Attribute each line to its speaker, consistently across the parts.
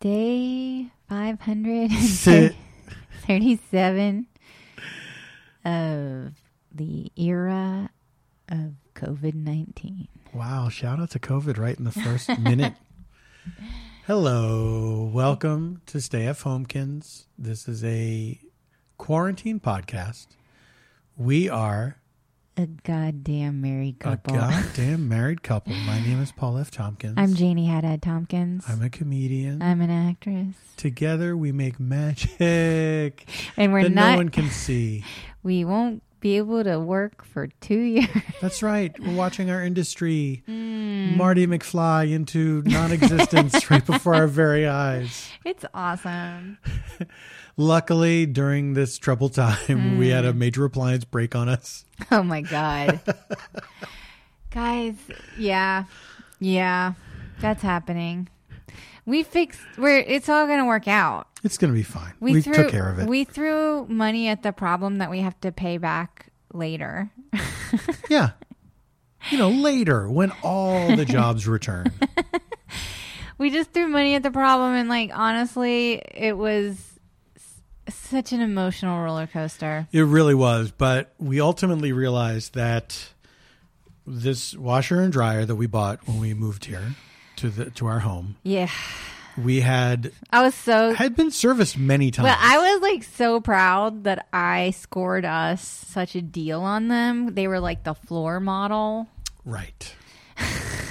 Speaker 1: Day 537 of the era of COVID 19.
Speaker 2: Wow, shout out to COVID right in the first minute. Hello, welcome to Stay F Homekins. This is a quarantine podcast. We are
Speaker 1: A goddamn married couple.
Speaker 2: a goddamn married couple. My name is Paul F. Tompkins.
Speaker 1: I'm Janie Haddad Tompkins.
Speaker 2: I'm a comedian.
Speaker 1: I'm an actress.
Speaker 2: Together we make magic
Speaker 1: And we're
Speaker 2: that
Speaker 1: not,
Speaker 2: no one can see.
Speaker 1: we won't be able to work for two years.
Speaker 2: That's right. We're watching our industry,
Speaker 1: Hmm.
Speaker 2: Marty McFly, into non existence right before our very eyes.
Speaker 1: it's awesome.
Speaker 2: Luckily, during this troubled time, we had
Speaker 1: Hmm.
Speaker 2: a major appliance break on us.
Speaker 1: Oh my god. Guys, yeah. Yeah. That's happening. We fixed we're it's all gonna work out.
Speaker 2: It's going to be fine.
Speaker 1: We,
Speaker 2: We,
Speaker 1: threw
Speaker 2: took care of it.
Speaker 1: We threw money at the problem that we have to pay back later.
Speaker 2: yeah. You know, later when all the jobs return.
Speaker 1: we just threw money at the problem and like honestly it was s- such an emotional roller coaster.
Speaker 2: It really was, but we ultimately realized that this washer and dryer that we bought when we moved here to the to our home,
Speaker 1: Yeah.
Speaker 2: we had
Speaker 1: I was so
Speaker 2: had been serviced many times.
Speaker 1: But I was like so proud that I scored us such a deal on them. They were like the floor model.
Speaker 2: right.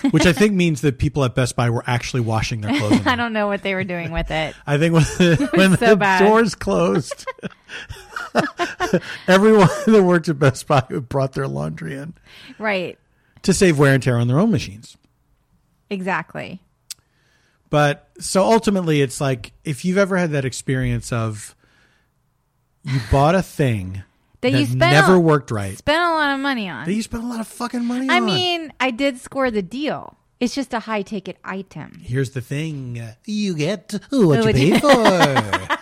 Speaker 2: Which I think means that people at Best Buy were actually washing their clothes. in
Speaker 1: I
Speaker 2: them.
Speaker 1: don't know what they were doing with it.
Speaker 2: I think when the, when
Speaker 1: so
Speaker 2: the
Speaker 1: bad.
Speaker 2: doors closed, everyone that worked at Best Buy brought their laundry in
Speaker 1: Right.
Speaker 2: to save wear and tear on their own machines.
Speaker 1: Exactly.
Speaker 2: But so ultimately, it's like if you've ever had that experience of you bought a thing
Speaker 1: That you spent
Speaker 2: never
Speaker 1: on-
Speaker 2: worked right,
Speaker 1: Spent a lot of money on.
Speaker 2: that you spent a lot of fucking money
Speaker 1: I
Speaker 2: on.
Speaker 1: mean, I did score the deal. It's just a high ticket item.
Speaker 2: Here's the thing uh, you get what you
Speaker 1: What
Speaker 2: pay
Speaker 1: you-
Speaker 2: for.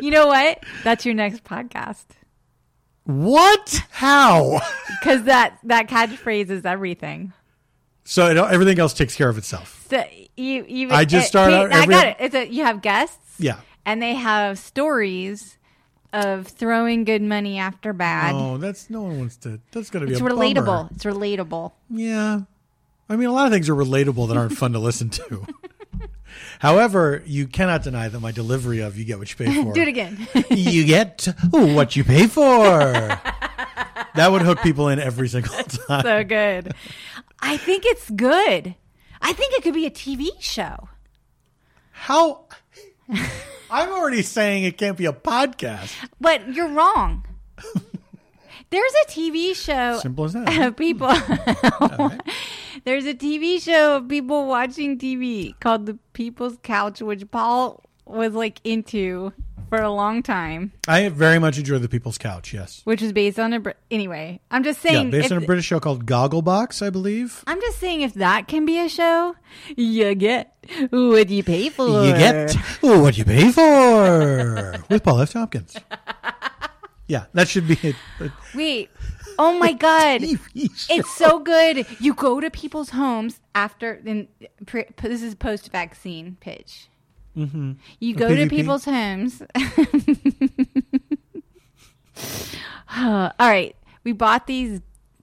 Speaker 1: You know what? That's your next podcast.
Speaker 2: what? How?
Speaker 1: Because that, that catchphrase is everything.
Speaker 2: So it, everything else takes care of itself.
Speaker 1: So you, even,
Speaker 2: I just started out
Speaker 1: I
Speaker 2: every-
Speaker 1: got it. It's a, you have guests.
Speaker 2: Yeah.
Speaker 1: and they have stories of throwing good money after bad.
Speaker 2: Oh, that's no one wants to. That's going to be
Speaker 1: it's
Speaker 2: a
Speaker 1: relatable.
Speaker 2: bummer.
Speaker 1: It's relatable.
Speaker 2: Yeah, I mean, a lot of things are relatable that aren't fun to listen to. However, you cannot deny that my delivery of "you get what you pay for"
Speaker 1: Do it again.
Speaker 2: you get what you pay for. that would hook people in every single time.
Speaker 1: so good. I think it's good. I think it could be a TV show.
Speaker 2: How? I'm already saying it can't be a podcast.
Speaker 1: But you're wrong. There's a TV show
Speaker 2: Simple as that.
Speaker 1: of people. There's a TV show of people watching TV called The People's Couch, which Paul was like into for a long time.
Speaker 2: I very much enjoy the People's Couch. Yes.
Speaker 1: which is based on a Brit. Anyway, I'm just
Speaker 2: Yeah,
Speaker 1: saying.
Speaker 2: based
Speaker 1: if,
Speaker 2: on a British show called Gogglebox, I believe.
Speaker 1: I'm just saying if that can be a show, you get what you pay for.
Speaker 2: You get what you pay for with Paul F. Tompkins. Yeah, that should be it. A
Speaker 1: Wait. Oh my god.
Speaker 2: TV show.
Speaker 1: It's so good. You go to people's homes after. Then pre, this is post-vaccine pitch. You go to
Speaker 2: PvP?
Speaker 1: people's homes. All right, we bought these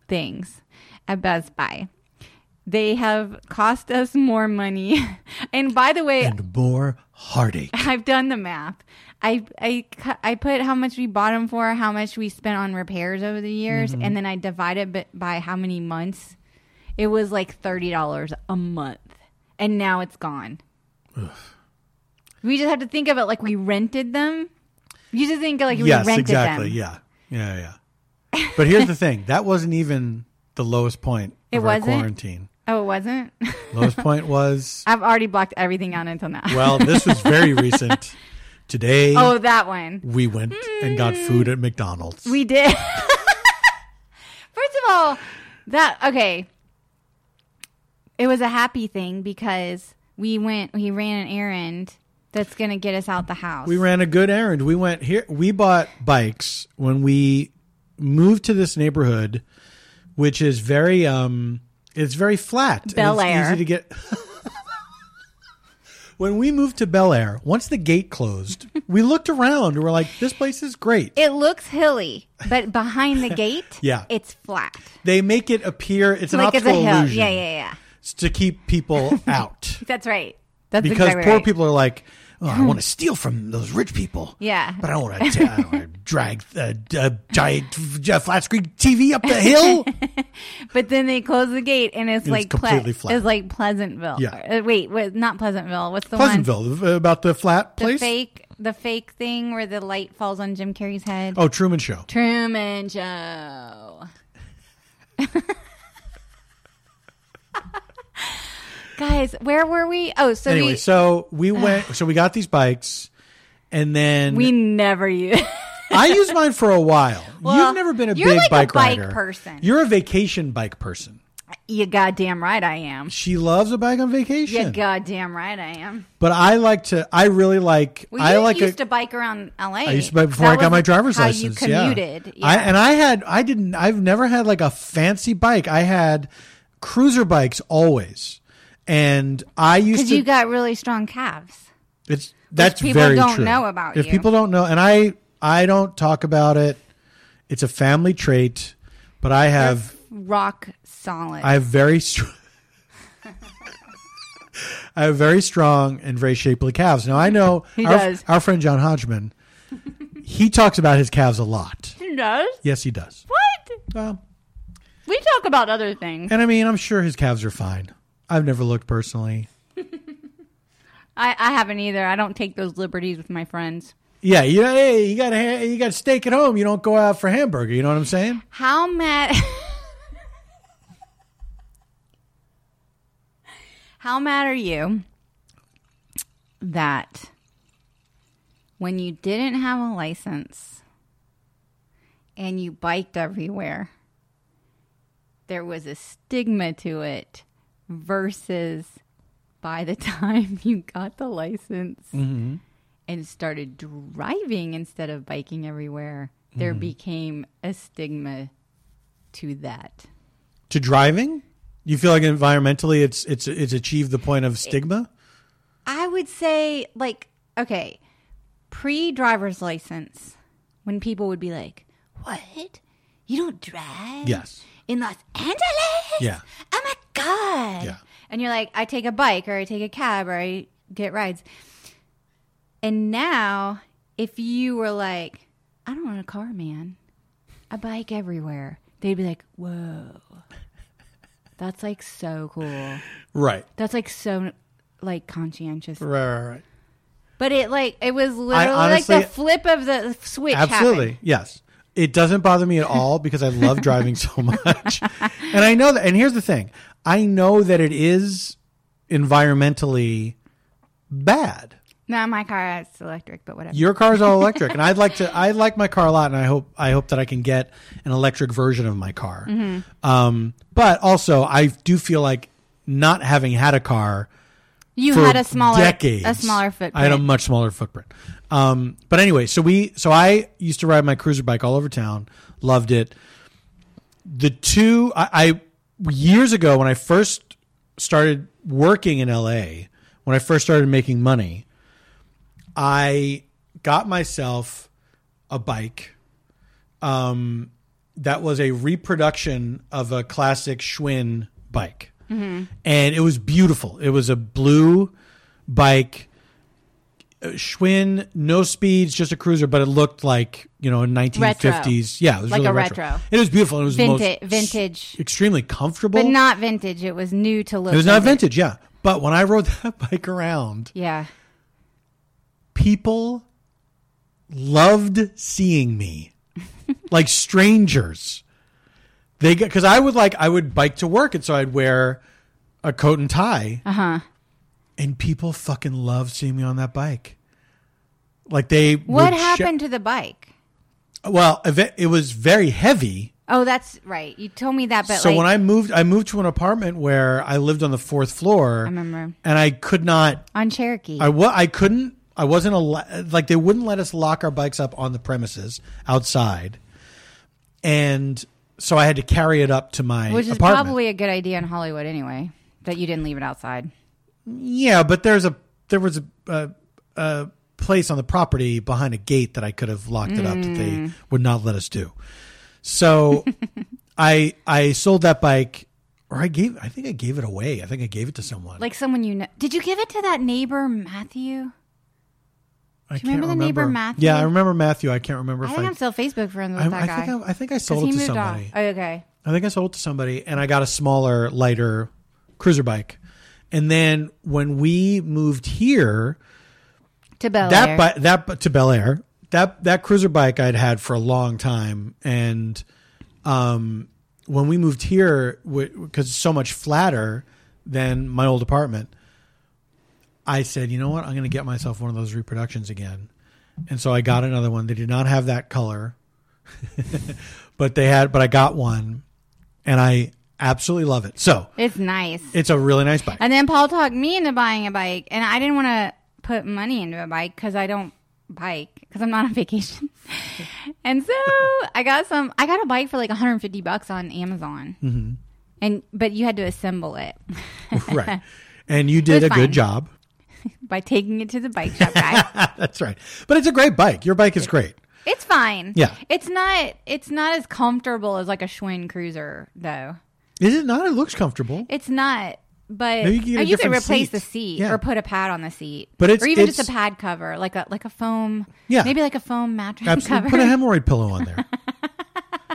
Speaker 1: things at Best Buy. They have cost us more money. And by the way,
Speaker 2: and more heartache.
Speaker 1: I've done the math. I, I cu- I put how much we bought them for, how much we spent on repairs over the years,
Speaker 2: Mm-hmm.
Speaker 1: and then I divided it by how many months. It was like thirty dollars a month, and now it's gone. We just have to think of it like we rented them. You just think of like
Speaker 2: Yes,
Speaker 1: we rented
Speaker 2: exactly.
Speaker 1: them.
Speaker 2: Yeah, yeah, yeah. But here's the thing: that wasn't even the lowest point
Speaker 1: It
Speaker 2: of our
Speaker 1: wasn't?
Speaker 2: quarantine.
Speaker 1: Oh, it wasn't.
Speaker 2: Lowest point was
Speaker 1: I've already blocked everything out until now.
Speaker 2: well, this was very recent. Today
Speaker 1: oh, that one.
Speaker 2: we went and got food at McDonald's.
Speaker 1: We did. First of all, that okay. It was a happy thing because we went. We ran an errand that's going to get us out the house.
Speaker 2: we ran a good errand. We went here. We bought bikes when we moved to this neighborhood, which is very um, it's very flat. and
Speaker 1: Bel
Speaker 2: it's
Speaker 1: Air.
Speaker 2: easy to get. when we moved to Bel Air, once the gate closed, we looked around and we're like, this place is great.
Speaker 1: It looks hilly, but behind the gate,
Speaker 2: Yeah.
Speaker 1: it's flat.
Speaker 2: they make it appear it's an
Speaker 1: like it's a
Speaker 2: optical
Speaker 1: hill.
Speaker 2: illusion
Speaker 1: Yeah, yeah, yeah.
Speaker 2: to keep people out
Speaker 1: That's right. That's
Speaker 2: because
Speaker 1: exactly
Speaker 2: poor
Speaker 1: right. Hmm.
Speaker 2: people are like, oh, I want to steal from those rich people.
Speaker 1: Yeah.
Speaker 2: but I don't want to drag a, a giant f- a flat screen TV up the hill.
Speaker 1: But then they close the gate and it's, like ple-
Speaker 2: completely flat.
Speaker 1: It's like Pleasantville.
Speaker 2: Yeah.
Speaker 1: Uh, wait, what, not Pleasantville. What's the one?
Speaker 2: Pleasantville uh, about the flat
Speaker 1: The
Speaker 2: place.
Speaker 1: fake, the fake thing where the light falls on Jim Carrey's head.
Speaker 2: oh, Truman Show.
Speaker 1: Truman Show. Guys, where were we? Oh, so
Speaker 2: Anyway,
Speaker 1: we
Speaker 2: so we went. So we got these bikes, and then
Speaker 1: we never use.
Speaker 2: I used mine for a while.
Speaker 1: Well,
Speaker 2: You've never been a
Speaker 1: you're
Speaker 2: big
Speaker 1: like a
Speaker 2: bike
Speaker 1: bike
Speaker 2: rider.
Speaker 1: person.
Speaker 2: You're a vacation bike person.
Speaker 1: you goddamn right I am.
Speaker 2: She loves a bike on vacation.
Speaker 1: You goddamn right I am.
Speaker 2: But I like to. I really like.
Speaker 1: Well,
Speaker 2: I
Speaker 1: you
Speaker 2: like.
Speaker 1: used
Speaker 2: a,
Speaker 1: to bike around LA.
Speaker 2: I used to bike before
Speaker 1: That
Speaker 2: I got
Speaker 1: was
Speaker 2: my driver's
Speaker 1: how
Speaker 2: license.
Speaker 1: you commuted.
Speaker 2: Yeah. I,
Speaker 1: Yeah.
Speaker 2: and I had. I didn't. I've never had like a fancy bike. I had cruiser bikes always, and I used
Speaker 1: Because
Speaker 2: to.
Speaker 1: you got really strong calves.
Speaker 2: it's that's
Speaker 1: people
Speaker 2: very
Speaker 1: don't
Speaker 2: true.
Speaker 1: know about
Speaker 2: if
Speaker 1: you.
Speaker 2: people don't know, and I I don't talk about it. It's a family trait, but I have.
Speaker 1: Rock solid.
Speaker 2: I have very strong. I have very strong and very shapely calves. Now I know
Speaker 1: He
Speaker 2: our,
Speaker 1: does.
Speaker 2: our friend John Hodgman. he talks about his calves a lot.
Speaker 1: Who knows?
Speaker 2: Yes, he does.
Speaker 1: What?
Speaker 2: Well,
Speaker 1: We talk about other things.
Speaker 2: and I mean, I'm sure his calves are fine. I've never looked personally.
Speaker 1: I, I haven't either. I don't take those liberties with my friends.
Speaker 2: Yeah, you hey, you got a, ha- you got steak at home. You don't go out for hamburger. You know what I'm saying?
Speaker 1: How mad? How mad are you that when you didn't have a license and you biked everywhere, there was a stigma to it versus by the time you got the license and started driving instead of biking everywhere, there became a stigma to that.
Speaker 2: To driving, you feel like environmentally, it's it's it's achieved the point of stigma.
Speaker 1: I would say, like, okay, pre driver's license, when people would be like, What? You don't drive?
Speaker 2: Yes.
Speaker 1: In Los Angeles?
Speaker 2: Yeah.
Speaker 1: Oh my God.
Speaker 2: Yeah.
Speaker 1: And you're like, I take a bike or I take a cab or I get rides. And now, if you were like, I don't want a car, man, I bike everywhere, they'd be like, Whoa. That's like so cool.
Speaker 2: Right.
Speaker 1: That's like so like conscientious.
Speaker 2: Right. Right. right.
Speaker 1: But it like it was literally
Speaker 2: honestly-
Speaker 1: like the flip of the switch.
Speaker 2: Absolutely.
Speaker 1: happened.
Speaker 2: Yes. It doesn't bother me at all because I love driving so much. And I know that and here's the thing. I know that it is environmentally bad.
Speaker 1: Not my car. It's electric, but whatever.
Speaker 2: Your car's all electric and I'd like to I like my car a lot and I hope I hope that I can get an electric version of my car. Um but also I do feel like not having had a car
Speaker 1: You
Speaker 2: for
Speaker 1: had a smaller
Speaker 2: decades.
Speaker 1: a smaller footprint.
Speaker 2: I had a much smaller footprint. Um, but anyway, so we so I used to ride my cruiser bike all over town. Loved it. The two I, I years ago when I first started working in LA, when I first started making money, I got myself a bike um, that was a reproduction of a classic Schwinn bike. Mm-hmm. And it was beautiful. It was a blue bike, uh, Schwinn, no speeds, just a cruiser, but it looked like, you know, 1950s. Yeah, it was
Speaker 1: Like
Speaker 2: really
Speaker 1: a
Speaker 2: retro.
Speaker 1: retro.
Speaker 2: It was beautiful. It was the most
Speaker 1: Vintage- vintage.
Speaker 2: Extremely comfortable.
Speaker 1: but not vintage. It was new to look.
Speaker 2: it was not vintage, yeah. But when I rode that bike around,
Speaker 1: Yeah.
Speaker 2: people loved seeing me like strangers they get because i would like i would bike to work and so i'd wear a coat and tie uh-huh and people fucking loved seeing me on that bike like they
Speaker 1: What
Speaker 2: would sh-
Speaker 1: happened to the bike?
Speaker 2: well eve- it was very heavy
Speaker 1: Oh, that's right. You told me that, but
Speaker 2: so
Speaker 1: like,
Speaker 2: when i moved i moved to an apartment where i lived on the fourth floor i
Speaker 1: remember.
Speaker 2: and i could not
Speaker 1: on Cherokee,
Speaker 2: I wa- I couldn't. I wasn't al- like they wouldn't let us lock our bikes up on the premises outside, and so I had to carry it up to my
Speaker 1: which is
Speaker 2: apartment.
Speaker 1: probably a good idea in Hollywood anyway, that you didn't leave it outside.
Speaker 2: yeah, but there's a there was a, a, a place on the property behind a gate that I could have locked it up that
Speaker 1: Mm.
Speaker 2: they would not let us do. So I I sold that bike, or I gave I think I gave it away. I think I gave it to someone.
Speaker 1: Like someone you know. Did you give it to that neighbor Matthew?
Speaker 2: I
Speaker 1: you remember the neighbor Matthew?
Speaker 2: Yeah, I remember Matthew. I can't remember
Speaker 1: I
Speaker 2: if
Speaker 1: think
Speaker 2: I.
Speaker 1: I'm still Facebook friends with
Speaker 2: I,
Speaker 1: that
Speaker 2: I
Speaker 1: guy.
Speaker 2: think I, I think I
Speaker 1: 'Cause
Speaker 2: sold
Speaker 1: he
Speaker 2: it to
Speaker 1: moved
Speaker 2: somebody.
Speaker 1: off. Oh, okay.
Speaker 2: I think I sold it to somebody, and I got a smaller, lighter cruiser bike. And then when we moved here,
Speaker 1: To Bel
Speaker 2: that
Speaker 1: Air.
Speaker 2: bi- that bi- to Bel Air, that that cruiser bike I'd had for a long time, and um, when we moved here, because it's so much flatter than my old apartment, I said, you know what, I'm going to get myself one of those reproductions again, and so I got another one. They did not have that color, but they had, but I got one, and I absolutely love it. So
Speaker 1: it's nice.
Speaker 2: it's a really nice bike.
Speaker 1: And then Paul talked me into buying a bike, and I didn't want to put money into a bike because I don't bike because I'm not on vacation. and so I got some. I got a bike for like 150 bucks on Amazon, mm-hmm. and but you had to assemble it
Speaker 2: right. And you did
Speaker 1: was
Speaker 2: a
Speaker 1: fine.
Speaker 2: good job.
Speaker 1: by taking it to the bike shop guy.
Speaker 2: That's right. But it's a great bike. Your bike is great.
Speaker 1: it's fine.
Speaker 2: Yeah.
Speaker 1: it's not. It's not as comfortable as like a Schwinn Cruiser though.
Speaker 2: Is it not? It looks comfortable.
Speaker 1: It's not. But
Speaker 2: Maybe you can
Speaker 1: or
Speaker 2: get a
Speaker 1: you could
Speaker 2: different
Speaker 1: replace
Speaker 2: seat.
Speaker 1: the seat
Speaker 2: Yeah.
Speaker 1: or put a pad on the seat,
Speaker 2: But it's-
Speaker 1: or even
Speaker 2: it's-
Speaker 1: just a pad cover, like a like a foam,
Speaker 2: Yeah.
Speaker 1: maybe like a foam mattress cover.
Speaker 2: Absolutely. Put a hemorrhoid pillow on there.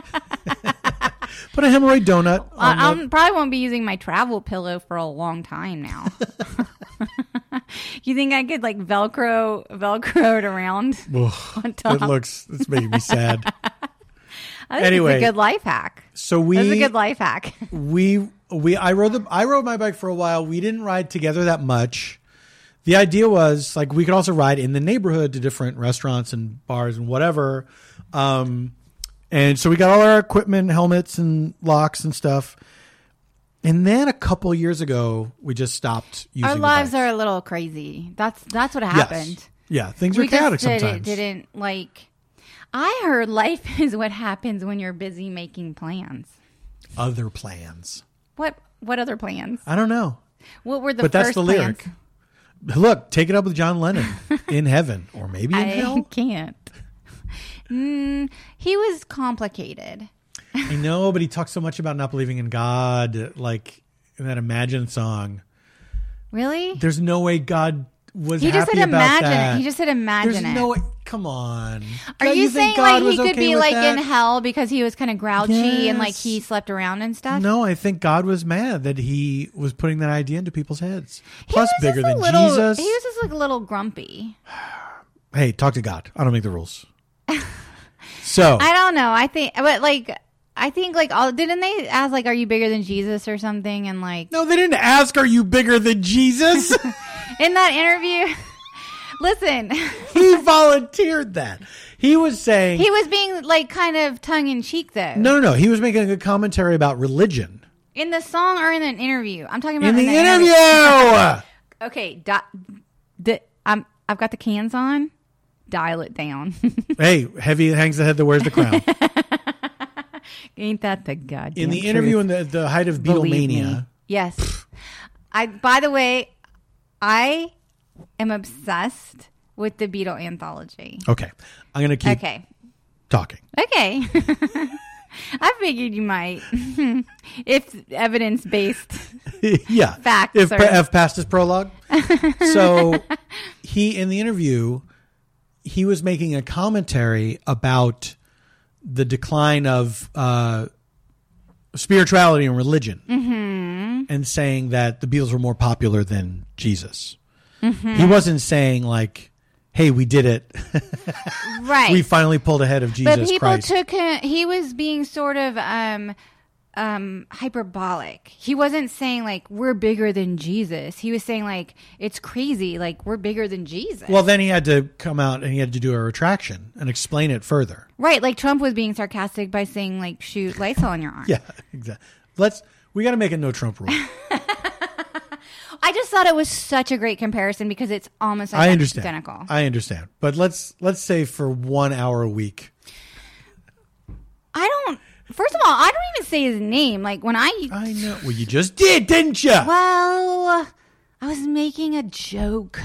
Speaker 2: Put a hemorrhoid donut on
Speaker 1: I
Speaker 2: the-
Speaker 1: I'm, probably won't be using my travel pillow for a long time now. you think I could like Velcro Velcro it around?
Speaker 2: Ugh,
Speaker 1: on top.
Speaker 2: It looks. It's making me sad.
Speaker 1: I think
Speaker 2: Anyway.
Speaker 1: it's a good life hack.
Speaker 2: So
Speaker 1: That's a
Speaker 2: we
Speaker 1: good life hack.
Speaker 2: we we I rode the I rode my bike for a while. We didn't ride together that much. The idea was like we could also ride in the neighborhood to different restaurants and bars and whatever. Um, and so we got all our equipment, helmets and locks and stuff. And then a couple years ago, we just stopped using
Speaker 1: Our
Speaker 2: the
Speaker 1: lives
Speaker 2: bike.
Speaker 1: are a little crazy. That's that's what
Speaker 2: Yes.
Speaker 1: happened.
Speaker 2: Yeah, things are
Speaker 1: We
Speaker 2: chaotic
Speaker 1: just did,
Speaker 2: sometimes.
Speaker 1: didn't like. I heard life is what happens when you're busy making plans.
Speaker 2: Other plans.
Speaker 1: What what other plans?
Speaker 2: I don't know.
Speaker 1: What were the
Speaker 2: But that's
Speaker 1: first
Speaker 2: the lyric.
Speaker 1: plans?
Speaker 2: Look, take it up with John Lennon in heaven or maybe in
Speaker 1: I
Speaker 2: hell.
Speaker 1: can't. Mm, he was complicated.
Speaker 2: I know, but he talks so much about not believing in God, like in that Imagine song.
Speaker 1: Really?
Speaker 2: There's no way God was
Speaker 1: He just
Speaker 2: happy
Speaker 1: said
Speaker 2: about
Speaker 1: imagine
Speaker 2: that.
Speaker 1: it. He just said imagine
Speaker 2: There's
Speaker 1: it.
Speaker 2: no way. Come on.
Speaker 1: Are
Speaker 2: God,
Speaker 1: you, saying
Speaker 2: think God
Speaker 1: like he
Speaker 2: was
Speaker 1: could
Speaker 2: okay
Speaker 1: be
Speaker 2: with
Speaker 1: like
Speaker 2: that?
Speaker 1: in hell because he was kind of grouchy and like
Speaker 2: Yes.
Speaker 1: he slept around and stuff?
Speaker 2: No, I think God was mad that he was putting that idea into people's heads.
Speaker 1: He
Speaker 2: Plus,
Speaker 1: was
Speaker 2: bigger
Speaker 1: just a
Speaker 2: than
Speaker 1: little-
Speaker 2: Jesus.
Speaker 1: He was just like a little grumpy.
Speaker 2: hey, talk to God. I don't make the rules. so
Speaker 1: I don't know. I think, but like, I think like all didn't they ask like, "Are you bigger than Jesus" or something? And like
Speaker 2: no, they didn't ask. Are you bigger than Jesus?
Speaker 1: in that interview, listen,
Speaker 2: he volunteered that. He was saying
Speaker 1: he was being like kind of tongue in cheek though.
Speaker 2: no, no, no. He was making a commentary about religion
Speaker 1: In the song or in an interview? I'm talking about
Speaker 2: in the
Speaker 1: that
Speaker 2: interview.
Speaker 1: Okay, di- di- I'm, I've got the cans on. Dial it down.
Speaker 2: hey, heavy hangs the head that wears the crown.
Speaker 1: Ain't that the goddamn
Speaker 2: In the
Speaker 1: truth?
Speaker 2: interview in the, the height of
Speaker 1: Believe me.
Speaker 2: Beatlemania,
Speaker 1: Yes. I. By the way, I am obsessed with the Beatle anthology.
Speaker 2: Okay. I'm going to keep
Speaker 1: Okay.
Speaker 2: talking.
Speaker 1: Okay. I figured you might, if evidence based.
Speaker 2: yeah.
Speaker 1: Facts
Speaker 2: If,
Speaker 1: are-
Speaker 2: if past is prologue. so he, in the interview, he was making a commentary about the decline of uh, spirituality and religion
Speaker 1: Mm-hmm.
Speaker 2: and saying that the Beatles were more popular than Jesus.
Speaker 1: Mm-hmm.
Speaker 2: He wasn't saying, like, hey, we did it.
Speaker 1: Right.
Speaker 2: we finally pulled ahead of Jesus
Speaker 1: but people
Speaker 2: Christ.
Speaker 1: took him, he was being sort of um, um, hyperbolic. He wasn't saying, like, we're bigger than Jesus. He was saying, like, it's crazy. Like, we're bigger than Jesus.
Speaker 2: Well, then he had to come out and he had to do a retraction and explain it further.
Speaker 1: right. Like, Trump was being sarcastic by saying, like, shoot Lysol on your arm.
Speaker 2: Yeah, exactly. Let's. We got to make a no Trump rule.
Speaker 1: I just thought it was such a great comparison because it's almost
Speaker 2: I understand.
Speaker 1: identical.
Speaker 2: I understand. But let's let's say for one hour a week.
Speaker 1: I don't. First of all, I don't even say his name. Like when I,
Speaker 2: I know. Well, you just did, didn't you?
Speaker 1: well, I was making a joke.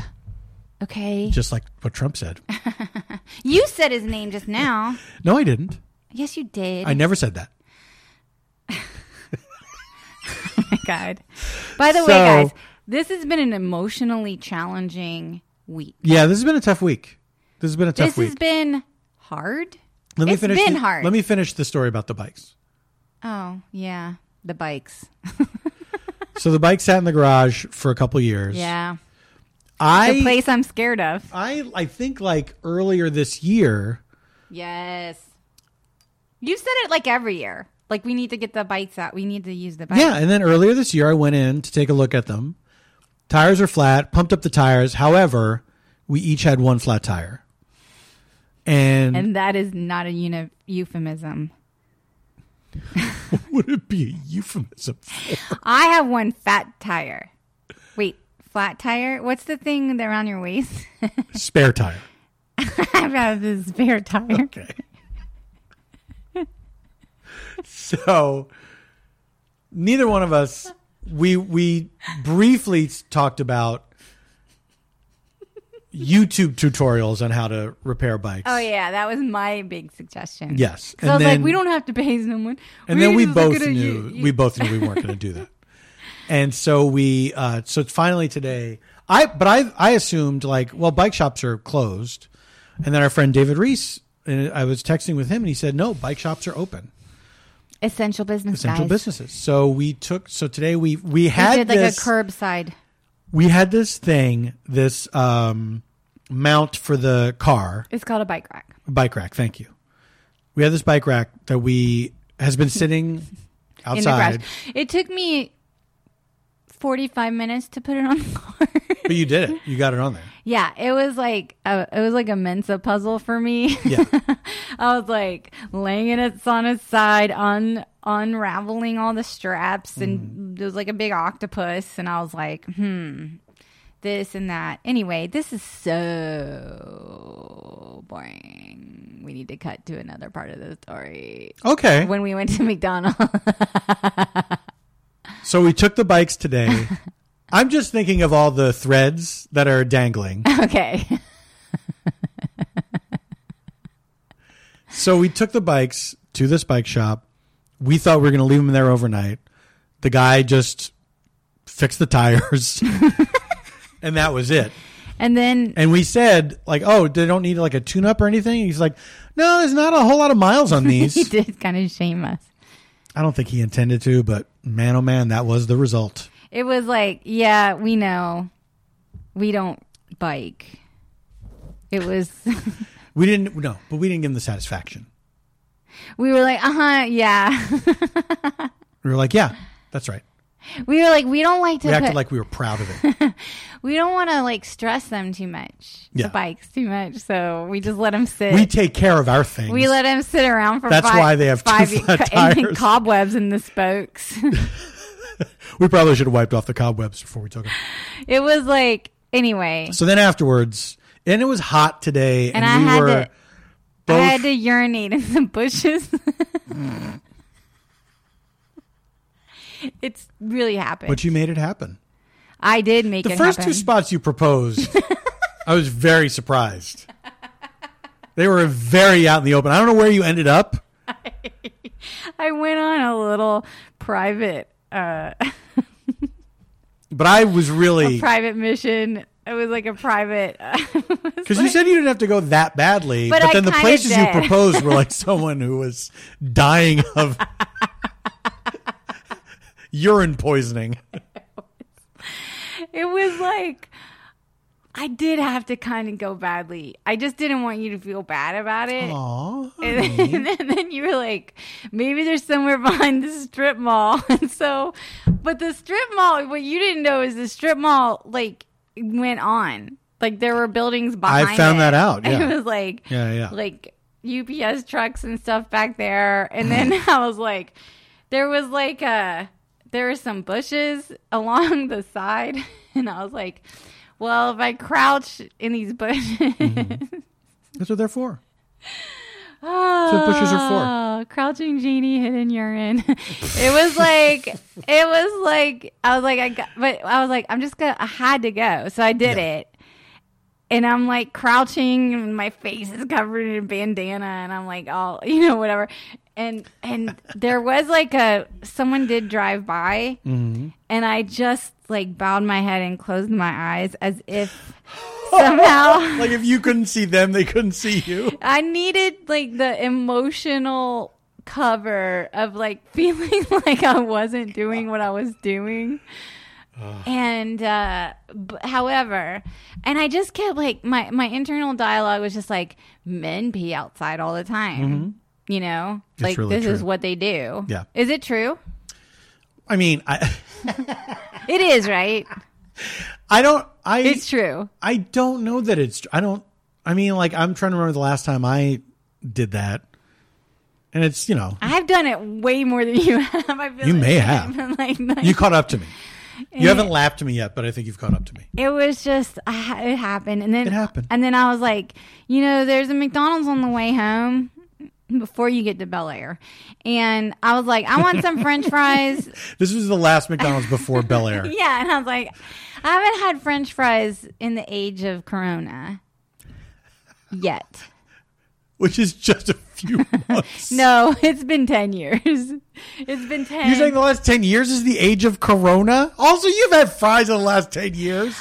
Speaker 1: Okay.
Speaker 2: just like what Trump said.
Speaker 1: You said his name just now.
Speaker 2: No, I didn't.
Speaker 1: yes, you did.
Speaker 2: I never said that.
Speaker 1: my God. By the way,
Speaker 2: So-
Speaker 1: guys, this has been an emotionally challenging week.
Speaker 2: Yeah, this has been a tough week. This has been a tough
Speaker 1: This
Speaker 2: week.
Speaker 1: has been hard.
Speaker 2: let me
Speaker 1: it's
Speaker 2: finish
Speaker 1: been
Speaker 2: the-
Speaker 1: hard.
Speaker 2: Let me finish the story about the bikes.
Speaker 1: Oh, yeah. The bikes.
Speaker 2: So the bike sat in the garage for a couple years.
Speaker 1: Yeah.
Speaker 2: I
Speaker 1: The place I'm scared of.
Speaker 2: I I think like earlier this year.
Speaker 1: Yes. You said it like every year. Like we need to get the bikes out. We need to use the bikes.
Speaker 2: Yeah, and then earlier this year I went in to take a look at them. Tires are flat, pumped up the tires. However, we each had one flat tire. And,
Speaker 1: And that is not a uni- euphemism.
Speaker 2: would it be a euphemism?
Speaker 1: I have one fat tire. Wait, flat tire? What's the thing that around your waist?
Speaker 2: Spare tire.
Speaker 1: I've got this spare tire.
Speaker 2: Okay. so neither one of us we we briefly talked about YouTube tutorials on how to repair bikes.
Speaker 1: Oh yeah, that was my big suggestion.
Speaker 2: Yes,
Speaker 1: because I was
Speaker 2: and
Speaker 1: like,
Speaker 2: then-
Speaker 1: we don't have to pay someone.
Speaker 2: and then we
Speaker 1: just look
Speaker 2: both
Speaker 1: at a-
Speaker 2: knew
Speaker 1: you- you-
Speaker 2: we both knew we weren't going to do that and so we uh so finally today i but i i assumed like well bike shops are closed and then our friend david reese and i was texting with him and he said no bike shops are open
Speaker 1: essential business
Speaker 2: essential
Speaker 1: guys.
Speaker 2: businesses so we took so today we we
Speaker 1: We
Speaker 2: had
Speaker 1: did like
Speaker 2: this
Speaker 1: a curbside.
Speaker 2: we had this thing this um mount for the car
Speaker 1: It's called a bike rack.
Speaker 2: bike rack thank you we had this bike rack that we has been sitting
Speaker 1: in the
Speaker 2: outside
Speaker 1: garage. It took me forty-five minutes to put it on the car.
Speaker 2: but you did it you got it on there
Speaker 1: yeah, it was like a, it was like a Mensa puzzle for me.
Speaker 2: Yeah.
Speaker 1: I was like laying it on its side, un unraveling all the straps, and
Speaker 2: Mm-hmm.
Speaker 1: it was like a big octopus. And I was like, hmm, this and that. Anyway, this is so boring. We need to cut to another part of the story.
Speaker 2: Okay.
Speaker 1: When we went to McDonald's,
Speaker 2: so we took the bikes today. I'm just thinking of all the threads that are dangling.
Speaker 1: okay.
Speaker 2: So we took the bikes to this bike shop. We thought we were going to leave them there overnight. The guy just fixed the tires. and that was it.
Speaker 1: And then
Speaker 2: And we said like, "Oh, they don't need like a tune up or anything." He's like, "No, there's not a whole lot of miles on
Speaker 1: he
Speaker 2: these."
Speaker 1: did kind of shame us.
Speaker 2: I don't think he intended to, but man oh man, that was the result.
Speaker 1: It was like, yeah, we know, we don't bike. It was.
Speaker 2: We didn't no, but we didn't give him the satisfaction.
Speaker 1: We were like, uh huh, yeah.
Speaker 2: We were like, "Yeah, that's right."
Speaker 1: We were like, we don't like to
Speaker 2: We acted
Speaker 1: put-
Speaker 2: like we were proud of it.
Speaker 1: we don't want to like stress them too much, the
Speaker 2: Yeah.
Speaker 1: bikes too much. So we just let them sit.
Speaker 2: we
Speaker 1: We,
Speaker 2: take care of our things.
Speaker 1: let them sit around for.
Speaker 2: That's
Speaker 1: five,
Speaker 2: why they have two
Speaker 1: five
Speaker 2: flat
Speaker 1: and then
Speaker 2: tires.
Speaker 1: cobwebs in the spokes.
Speaker 2: we probably should have wiped off the cobwebs before we took them.
Speaker 1: it was like anyway,
Speaker 2: So then afterwards, and it was hot today, and,
Speaker 1: And I
Speaker 2: we
Speaker 1: had
Speaker 2: were
Speaker 1: to- I
Speaker 2: both.
Speaker 1: had to urinate in the bushes. it's really happened.
Speaker 2: but you made it happen.
Speaker 1: I did make
Speaker 2: The
Speaker 1: it
Speaker 2: first
Speaker 1: happen.
Speaker 2: two spots you proposed, I was very surprised. They were very out in the open. I don't know where you ended up.
Speaker 1: I went on a little private. Uh,
Speaker 2: But I was really
Speaker 1: private mission. It was like a private.
Speaker 2: because you said you didn't have to go that badly,
Speaker 1: But
Speaker 2: but,
Speaker 1: I
Speaker 2: then the
Speaker 1: kinda
Speaker 2: places you
Speaker 1: did.
Speaker 2: proposed were like someone who was dying of urine poisoning.
Speaker 1: it was like I did have to kind of go badly. I just didn't want you to feel bad about it.
Speaker 2: Aww.
Speaker 1: And then,
Speaker 2: Mm-hmm.
Speaker 1: and then you were like, maybe there's somewhere behind the strip mall. And so, but the strip mall, what you didn't know is the strip mall like went on. Like there were buildings behind.
Speaker 2: found
Speaker 1: it.
Speaker 2: that out, yeah.
Speaker 1: It was like
Speaker 2: Yeah, yeah.
Speaker 1: like UPS trucks and stuff back there. And then I was like, there was like a there were some bushes along the side, and I was like, well, if I crouch in these bushes,
Speaker 2: That's what they're for.
Speaker 1: oh,
Speaker 2: what bushes are for.
Speaker 1: Crouching genie, hidden urine. it was like it was like I was like I got, but I was like I'm just gonna I had to go, so I did
Speaker 2: Yeah.
Speaker 1: it. and I'm like crouching and my face is covered in a bandana and I'm like all you know whatever and and there was like a someone did drive by and I just like bowed my head and closed my eyes as if somehow
Speaker 2: Like if you couldn't see them, they couldn't see you.
Speaker 1: I needed like the emotional cover of like feeling like I wasn't doing what I was doing. And uh b- however, and I just kept like my my internal dialogue was just like men pee outside all the time. You know?
Speaker 2: Mm-hmm. It's
Speaker 1: like
Speaker 2: really
Speaker 1: this is
Speaker 2: true.
Speaker 1: what they do.
Speaker 2: Yeah.
Speaker 1: Is it true?
Speaker 2: I mean, I
Speaker 1: It is, right?
Speaker 2: I don't I
Speaker 1: It's true.
Speaker 2: I don't know that it's I don't I mean like I'm trying to remember the last time I did that. And it's, you know,
Speaker 1: I've done it way more than you have. I feel
Speaker 2: You
Speaker 1: like
Speaker 2: may
Speaker 1: I
Speaker 2: have.
Speaker 1: haven't, Like,
Speaker 2: you caught up to me.
Speaker 1: Eh.
Speaker 2: You haven't laughed to me yet, but I think you've caught up to me.
Speaker 1: It was just I ha- it happened, and then
Speaker 2: It happened.
Speaker 1: and then I was like, you know, there's a McDonald's on the way home before you get to Bel Air, and I was like, I want some French fries.
Speaker 2: This was the last McDonald's before Bel Air.
Speaker 1: Yeah, and I was like, I haven't had French fries in the age of Corona yet.
Speaker 2: which is just a few months.
Speaker 1: No, it's been ten years. It's been 10
Speaker 2: You're saying the last 10 years is the age of Corona? Also, you've had fries in the last 10 years.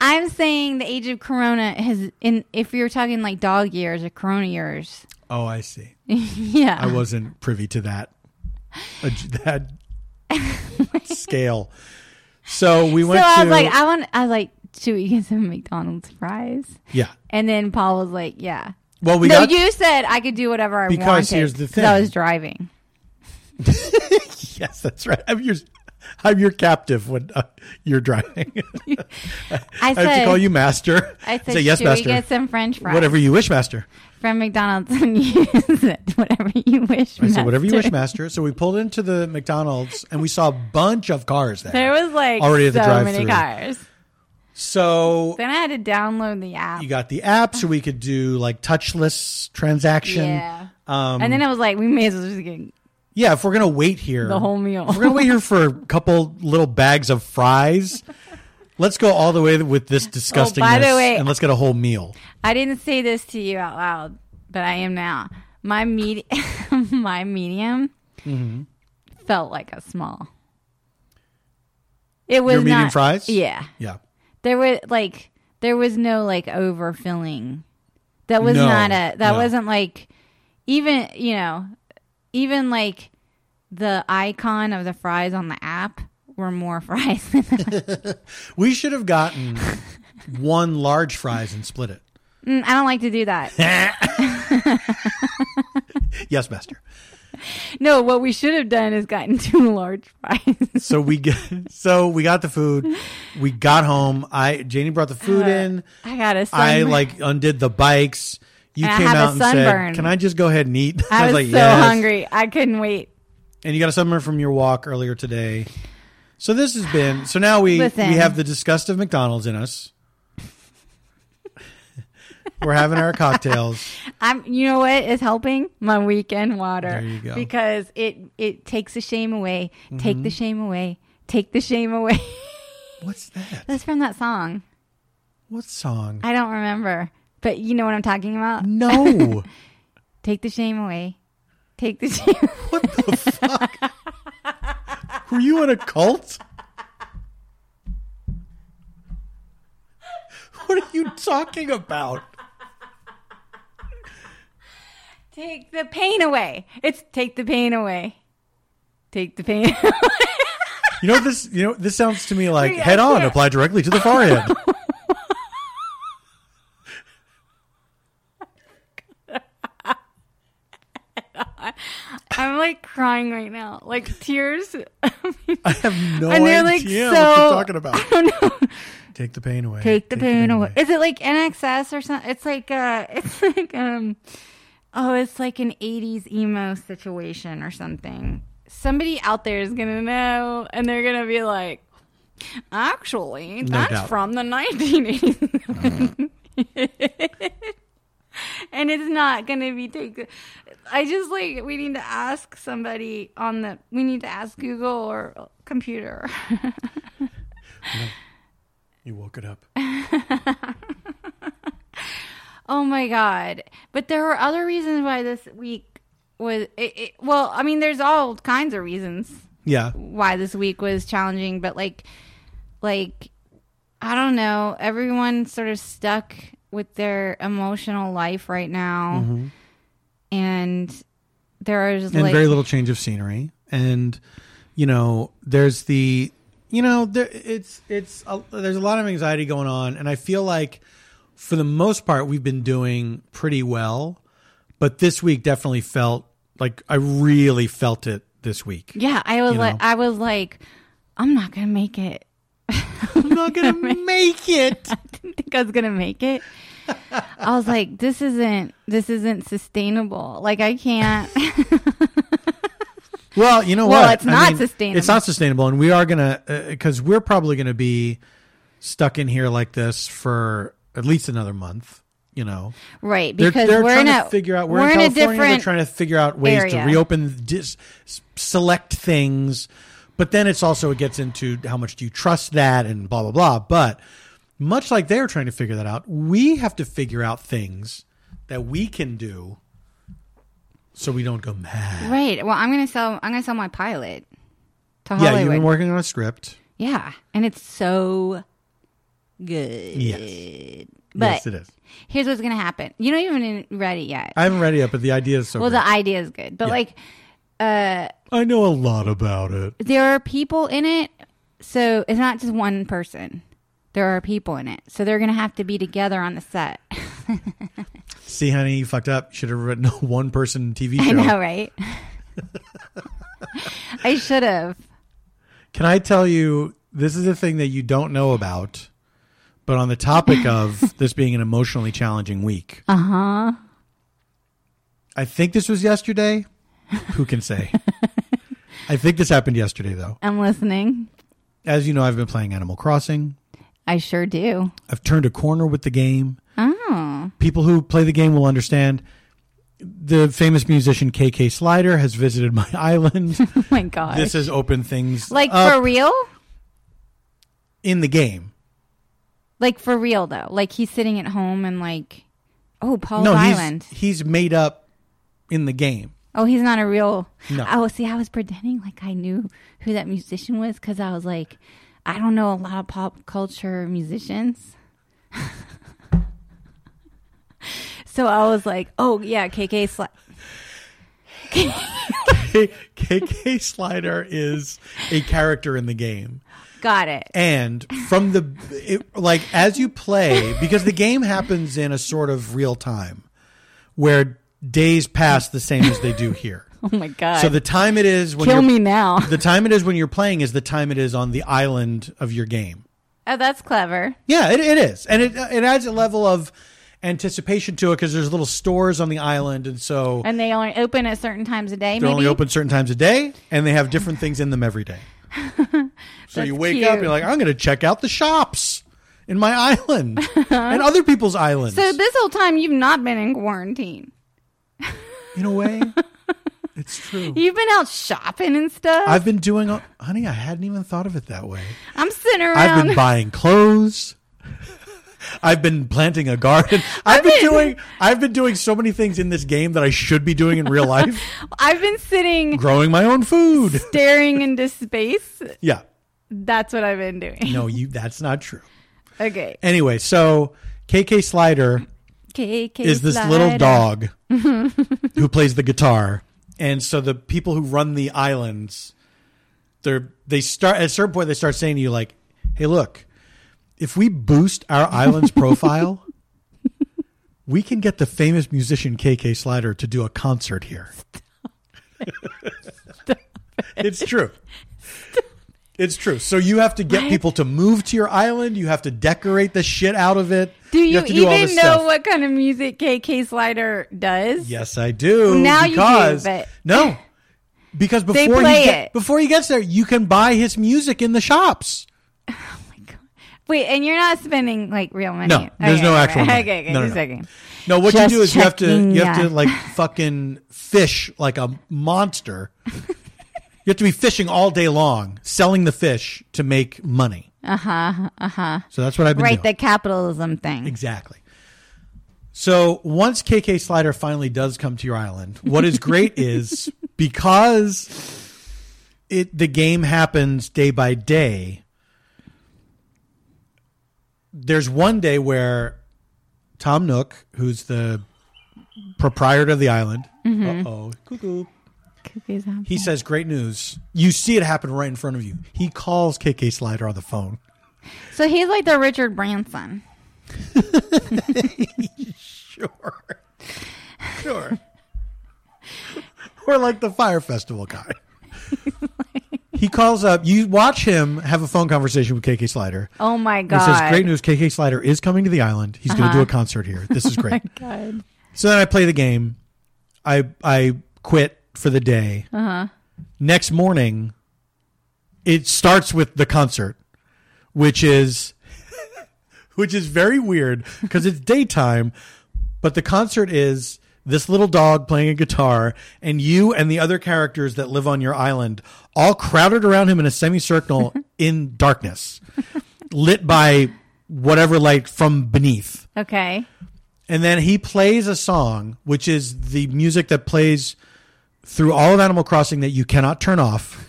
Speaker 1: I'm saying the age of Corona has in. If you're talking like dog years or Corona years,
Speaker 2: Oh, I see.
Speaker 1: yeah,
Speaker 2: I wasn't privy to that. uh, That scale. So we
Speaker 1: So
Speaker 2: went
Speaker 1: I
Speaker 2: to.
Speaker 1: was like, I want. I was like, should we get some McDonald's fries?
Speaker 2: yeah.
Speaker 1: And then Paul was like, Yeah.
Speaker 2: Well, we
Speaker 1: no,
Speaker 2: got.
Speaker 1: you said I could do whatever I
Speaker 2: Because
Speaker 1: wanted.
Speaker 2: here's the
Speaker 1: 'cause I
Speaker 2: thing.
Speaker 1: was driving.
Speaker 2: yes, that's right. I'm your, I'm your captive when uh, you're driving.
Speaker 1: I
Speaker 2: I have to
Speaker 1: said,
Speaker 2: call you master.
Speaker 1: I said,
Speaker 2: Say yes,
Speaker 1: should we
Speaker 2: master.
Speaker 1: get some French fries
Speaker 2: Whatever you wish, master.
Speaker 1: from McDonald's? And you said, whatever you wish.
Speaker 2: I said, whatever you wish,
Speaker 1: master."
Speaker 2: master. So we pulled into the McDonald's and we saw a bunch of cars there.
Speaker 1: There was like Already
Speaker 2: Already at the
Speaker 1: so many
Speaker 2: drive-thru.
Speaker 1: cars.
Speaker 2: So
Speaker 1: Then I had to download the app.
Speaker 2: you got the app, so we could do like touchless transaction.
Speaker 1: yeah.
Speaker 2: Um,
Speaker 1: and then I was like, we may as well just get
Speaker 2: yeah, if we're gonna wait here,
Speaker 1: the whole meal.
Speaker 2: if we're gonna wait here for a couple little bags of fries. Let's go all the way with this disgustingness,
Speaker 1: Oh, way-
Speaker 2: and let's get a whole meal.
Speaker 1: I didn't say this to you out loud, but I am now. My med- my medium
Speaker 2: Mm-hmm.
Speaker 1: felt like a small. It was
Speaker 2: Your medium
Speaker 1: not-
Speaker 2: fries?
Speaker 1: Yeah,
Speaker 2: Yeah,
Speaker 1: there were like there was no like overfilling. That was
Speaker 2: No,
Speaker 1: not a. That
Speaker 2: no.
Speaker 1: wasn't like even you know even like the icon of the fries on the app were more fries. Mm,
Speaker 2: we should have gotten one large fries and split it.
Speaker 1: I don't like to do that.
Speaker 2: Yes, master.
Speaker 1: No, what we should have done is gotten two large fries.
Speaker 2: So we get, so we got the food. We got home. I Janie brought the
Speaker 1: Uh,
Speaker 2: food in.
Speaker 1: I got a
Speaker 2: I
Speaker 1: sunburn.
Speaker 2: like undid the bikes. You
Speaker 1: And I
Speaker 2: came
Speaker 1: have a
Speaker 2: out and said,
Speaker 1: sunburn.
Speaker 2: "Can I just go ahead and eat?"
Speaker 1: I was
Speaker 2: like,
Speaker 1: so
Speaker 2: "Yes."
Speaker 1: hungry. I couldn't wait.
Speaker 2: And you got a sunburn from your walk earlier today. So this has been. So now we
Speaker 1: Listen.
Speaker 2: we have the disgust of McDonald's in us. We're having our cocktails.
Speaker 1: I'm. You know what is helping my weekend water?
Speaker 2: There you go. Mm-hmm.
Speaker 1: Because it it takes the shame away. Take the shame away. Take the shame away.
Speaker 2: What's that?
Speaker 1: That's from that song.
Speaker 2: What song?
Speaker 1: I don't remember, but you know what I'm talking
Speaker 2: Mm.
Speaker 1: about.
Speaker 2: No.
Speaker 1: Take the shame away. Take the shame.
Speaker 2: What the fuck? Were you in a cult? What are you talking about?
Speaker 1: take the pain away. It's take the pain away. Take the pain.
Speaker 2: You know this. You know this sounds to me like
Speaker 1: Wait, I
Speaker 2: head on,
Speaker 1: can't-
Speaker 2: apply directly to the forehead.
Speaker 1: I'm like crying right now, like tears.
Speaker 2: I have no
Speaker 1: And
Speaker 2: idea
Speaker 1: they're, like,
Speaker 2: what you're
Speaker 1: so-
Speaker 2: talking about.
Speaker 1: I don't know.
Speaker 2: Take the pain away.
Speaker 1: Take the pain away. Is it like NXS or something? It's like uh it's like um oh, it's like an 80s emo situation or something. Somebody out there is going to know and they're going to be like actually that's
Speaker 2: doubt.
Speaker 1: from the 1980s. and it's not going to be taken. I just like we need to ask somebody on the we need to ask Google or computer.
Speaker 2: You woke it up.
Speaker 1: Oh my god! But there were other reasons why this week was. It, it, well, I mean, there's all kinds of reasons
Speaker 2: Yeah.
Speaker 1: why this week was challenging, but like, like, I don't know. Everyone's sort of stuck with their emotional life right now, and there's
Speaker 2: Mm-hmm. and
Speaker 1: like
Speaker 2: very little change of scenery and you know there's the you know there it's it's a, there's a lot of anxiety going on and i feel like for the most part we've been doing pretty well but this week definitely felt like i really felt it this week
Speaker 1: Yeah, I was
Speaker 2: you
Speaker 1: like,
Speaker 2: know?
Speaker 1: I was like, I'm not gonna make it.
Speaker 2: i'm not gonna make it
Speaker 1: I didn't think I was gonna make it. I was like, this isn't this isn't sustainable. Like I can't.
Speaker 2: well you know
Speaker 1: Well,
Speaker 2: what
Speaker 1: it's not sustainable.
Speaker 2: it's not sustainable and we are gonna because we're probably gonna be stuck in here like this for at least another month you know
Speaker 1: right
Speaker 2: They're-
Speaker 1: because
Speaker 2: they're,
Speaker 1: we're
Speaker 2: trying
Speaker 1: in a
Speaker 2: to figure out we're,
Speaker 1: we're
Speaker 2: in,
Speaker 1: in a
Speaker 2: California, they're
Speaker 1: different-
Speaker 2: trying to figure out ways to
Speaker 1: area.
Speaker 2: reopen dis, s- select things but then it's also it gets into how much do you trust that and blah blah blah but much like they're trying to figure that out we have to figure out things that we can do so we don't go mad
Speaker 1: right. Well, I'm gonna sell. I'm gonna sell my pilot to
Speaker 2: yeah
Speaker 1: Hollywood.
Speaker 2: you've been working on a script
Speaker 1: yeah, and it's so good.
Speaker 2: Yes.
Speaker 1: But
Speaker 2: yes it is
Speaker 1: here's what's gonna happen. You don't even read it yet.
Speaker 2: i haven't read it yet but the idea is so
Speaker 1: well,
Speaker 2: great.
Speaker 1: the idea is good, but
Speaker 2: Yeah.
Speaker 1: like
Speaker 2: i know a lot about it
Speaker 1: there are people in it, so it's not just one person. There are people in it, so they're gonna have to be together on the set.
Speaker 2: see honey you fucked up should have written a one person tv show
Speaker 1: I know, right? I should have.
Speaker 2: Can I tell you this is a thing that you don't know about, but on the topic of this being an emotionally challenging week. Uh huh.
Speaker 1: Uh-huh.
Speaker 2: I think this was yesterday. Who can say? I think this happened yesterday, though.
Speaker 1: I'm listening.
Speaker 2: As you know, I've been playing Animal Crossing.
Speaker 1: I sure do.
Speaker 2: I've turned a corner with the game.
Speaker 1: Oh,
Speaker 2: People who play the game will understand. The famous musician KK Slider has visited my island.
Speaker 1: oh my god!
Speaker 2: this has opened things
Speaker 1: like
Speaker 2: up
Speaker 1: for real?
Speaker 2: in the game.
Speaker 1: Like for real though? Like he's sitting at home and like, oh, Paul's
Speaker 2: no, he's,
Speaker 1: Island.
Speaker 2: he's made up in the game.
Speaker 1: Oh, he's not a real.
Speaker 2: No.
Speaker 1: Oh, see, I was pretending like I knew who that musician was because I was like, I don't know a lot of pop culture musicians. so I was like, oh, yeah, KK Sli
Speaker 2: K- KK Slider is a character in the game.
Speaker 1: Got it.
Speaker 2: And from the, it, like, as you play, because the game happens in a sort of real time where days pass the same as they do here.
Speaker 1: Oh, my God.
Speaker 2: So the time it is when
Speaker 1: Kill
Speaker 2: you're,
Speaker 1: me now.
Speaker 2: the time it is when you're playing is the time it is on the island of your game.
Speaker 1: Oh, that's clever.
Speaker 2: Yeah, it, it is, and it it adds a level of anticipation to it because there's little stores on the island, and so
Speaker 1: And they only open at certain times a day,
Speaker 2: They're
Speaker 1: maybe?
Speaker 2: only open certain times a day, and they have different things in them every day. so
Speaker 1: That's
Speaker 2: you wake up,
Speaker 1: cute.
Speaker 2: you're like, I'm going to check out the shops in my island and other people's islands.
Speaker 1: so this whole time, you've not been in quarantine.
Speaker 2: in a way, it's true.
Speaker 1: You've been out shopping and stuff.
Speaker 2: I've been doing, a- honey, I hadn't even thought of it that way.
Speaker 1: I'm sitting
Speaker 2: I've
Speaker 1: around.
Speaker 2: been buying clothes. I've been planting a garden. I've been
Speaker 1: been-
Speaker 2: doing I've been doing so many things in this game that I should be doing in real life.
Speaker 1: I've been sitting,
Speaker 2: Growing my own food.
Speaker 1: staring into space.
Speaker 2: Yeah.
Speaker 1: That's what I've been doing.
Speaker 2: No, you that's not true.
Speaker 1: Okay.
Speaker 2: Anyway, so KK Slider
Speaker 1: KK
Speaker 2: is this little dog who plays the guitar. And so the people who run the islands, they're they start at a certain point they start saying to you like, "Hey, look, if we boost our island's profile, we can get the famous musician KK Slider to do a concert here." It's true. It's true. So you have to get people to move to your island. You have to decorate the shit out of it.
Speaker 1: Do you,
Speaker 2: have to do all
Speaker 1: even
Speaker 2: this
Speaker 1: know
Speaker 2: stuff.
Speaker 1: what kind of music KK Slider does?
Speaker 2: Yes, I do.
Speaker 1: now you do,
Speaker 2: because,
Speaker 1: but-
Speaker 2: no, because
Speaker 1: They
Speaker 2: before
Speaker 1: play
Speaker 2: he get-
Speaker 1: it.
Speaker 2: before he gets there, you can buy his music in the shops.
Speaker 1: Wait, and you're not spending like real money.
Speaker 2: No, there's no actual
Speaker 1: Okay,
Speaker 2: money.
Speaker 1: okay, okay
Speaker 2: No, no,
Speaker 1: just
Speaker 2: no.
Speaker 1: checking.
Speaker 2: No, what
Speaker 1: Just
Speaker 2: you do is you have to
Speaker 1: checking,
Speaker 2: you have
Speaker 1: yeah.
Speaker 2: to like fucking fish like a monster. you have to be fishing all day long, selling the fish to make money. Uh huh. Uh huh. So that's what I've been
Speaker 1: Uh-huh, Right,
Speaker 2: doing.
Speaker 1: the capitalism thing.
Speaker 2: exactly. So once KK Slider finally does come to your island, what is great is because it the game happens day by day. There's one day where Tom Nook, who's the proprietor of the island, uh oh, cuckoo,
Speaker 1: Cuckoo's happy.
Speaker 2: he says great news. You see it happen right in front of you. He calls KK Slider on the phone.
Speaker 1: so he's like the Richard Branson.
Speaker 2: Sure. Sure. or like the fire festival guy. he calls up. You watch him have a phone conversation with KK Slider.
Speaker 1: Oh my
Speaker 2: He
Speaker 1: god.
Speaker 2: says, "Great news! KK Slider is coming to the island. He's going to do a concert here. This is great."
Speaker 1: God.
Speaker 2: So then I play the game. I I quit for the day. Uh-huh. Next morning, it starts with the concert, which is which is very weird because it's daytime, but the concert is this little dog playing a guitar and you and the other characters that live on your island all crowded around him in a semicircle in darkness, lit by whatever light from beneath.
Speaker 1: Okay.
Speaker 2: And then he plays a song, which is the music that plays through all of Animal Crossing that you cannot turn off,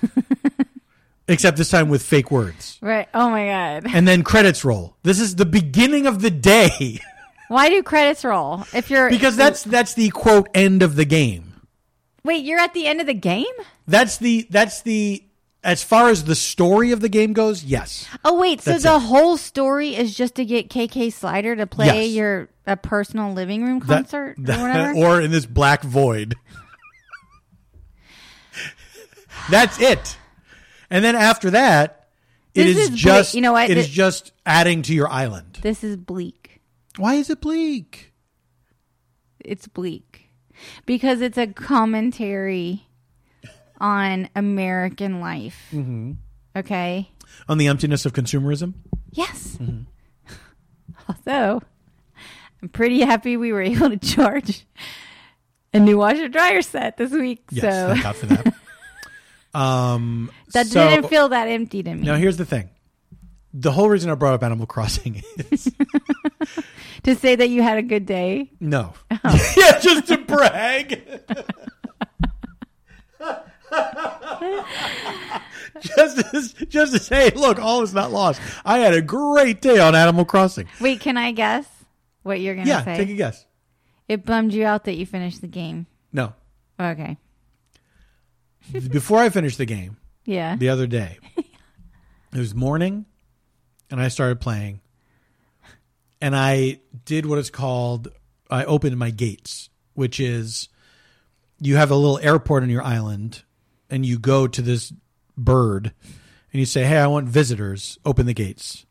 Speaker 2: except this time with fake words.
Speaker 1: Right. Oh my god.
Speaker 2: And then credits roll. This is the beginning of the day
Speaker 1: Why do credits roll? If you're
Speaker 2: because that's that's the quote end of the game.
Speaker 1: wait, you're at the end of the game?
Speaker 2: That's the that's the as far as the story of the game goes. Yes,
Speaker 1: Oh wait, so
Speaker 2: That's
Speaker 1: the
Speaker 2: it.
Speaker 1: whole story is just to get KK Slider to play
Speaker 2: Yes.
Speaker 1: your a personal living room
Speaker 2: That-
Speaker 1: concert
Speaker 2: that-
Speaker 1: or whatever.
Speaker 2: or in this black void. That's it. And then after that, it
Speaker 1: This
Speaker 2: is,
Speaker 1: is bleak.
Speaker 2: just
Speaker 1: You know what?
Speaker 2: it is
Speaker 1: Th-
Speaker 2: just adding to your island.
Speaker 1: this is bleak.
Speaker 2: Why is it bleak?
Speaker 1: It's bleak because it's a commentary on American life. Mm-hmm. Okay.
Speaker 2: On the emptiness of consumerism?
Speaker 1: Yes. Mm-hmm. Also, I'm pretty happy we were able to charge a new washer dryer set this week.
Speaker 2: Yes,
Speaker 1: so
Speaker 2: thank God for that. um
Speaker 1: that
Speaker 2: so-
Speaker 1: didn't feel that empty to me.
Speaker 2: Now here's the thing. The whole reason I brought up Animal Crossing is
Speaker 1: To say that you had a good day.
Speaker 2: no. yeah, just to brag. just as, just to say, look, all is not lost. I had a great day on Animal Crossing.
Speaker 1: Wait, can I guess what you're gonna
Speaker 2: Yeah,
Speaker 1: say?
Speaker 2: take a guess.
Speaker 1: It bummed you out that you finished the game.
Speaker 2: No.
Speaker 1: Okay.
Speaker 2: Before I finished the game,
Speaker 1: Yeah.
Speaker 2: the other day. It was morning, and I started playing, and I did what is called I opened my gates, which is you have a little airport on your island, and you go to this bird, and you say, "Hey, I want visitors. Open the gates,"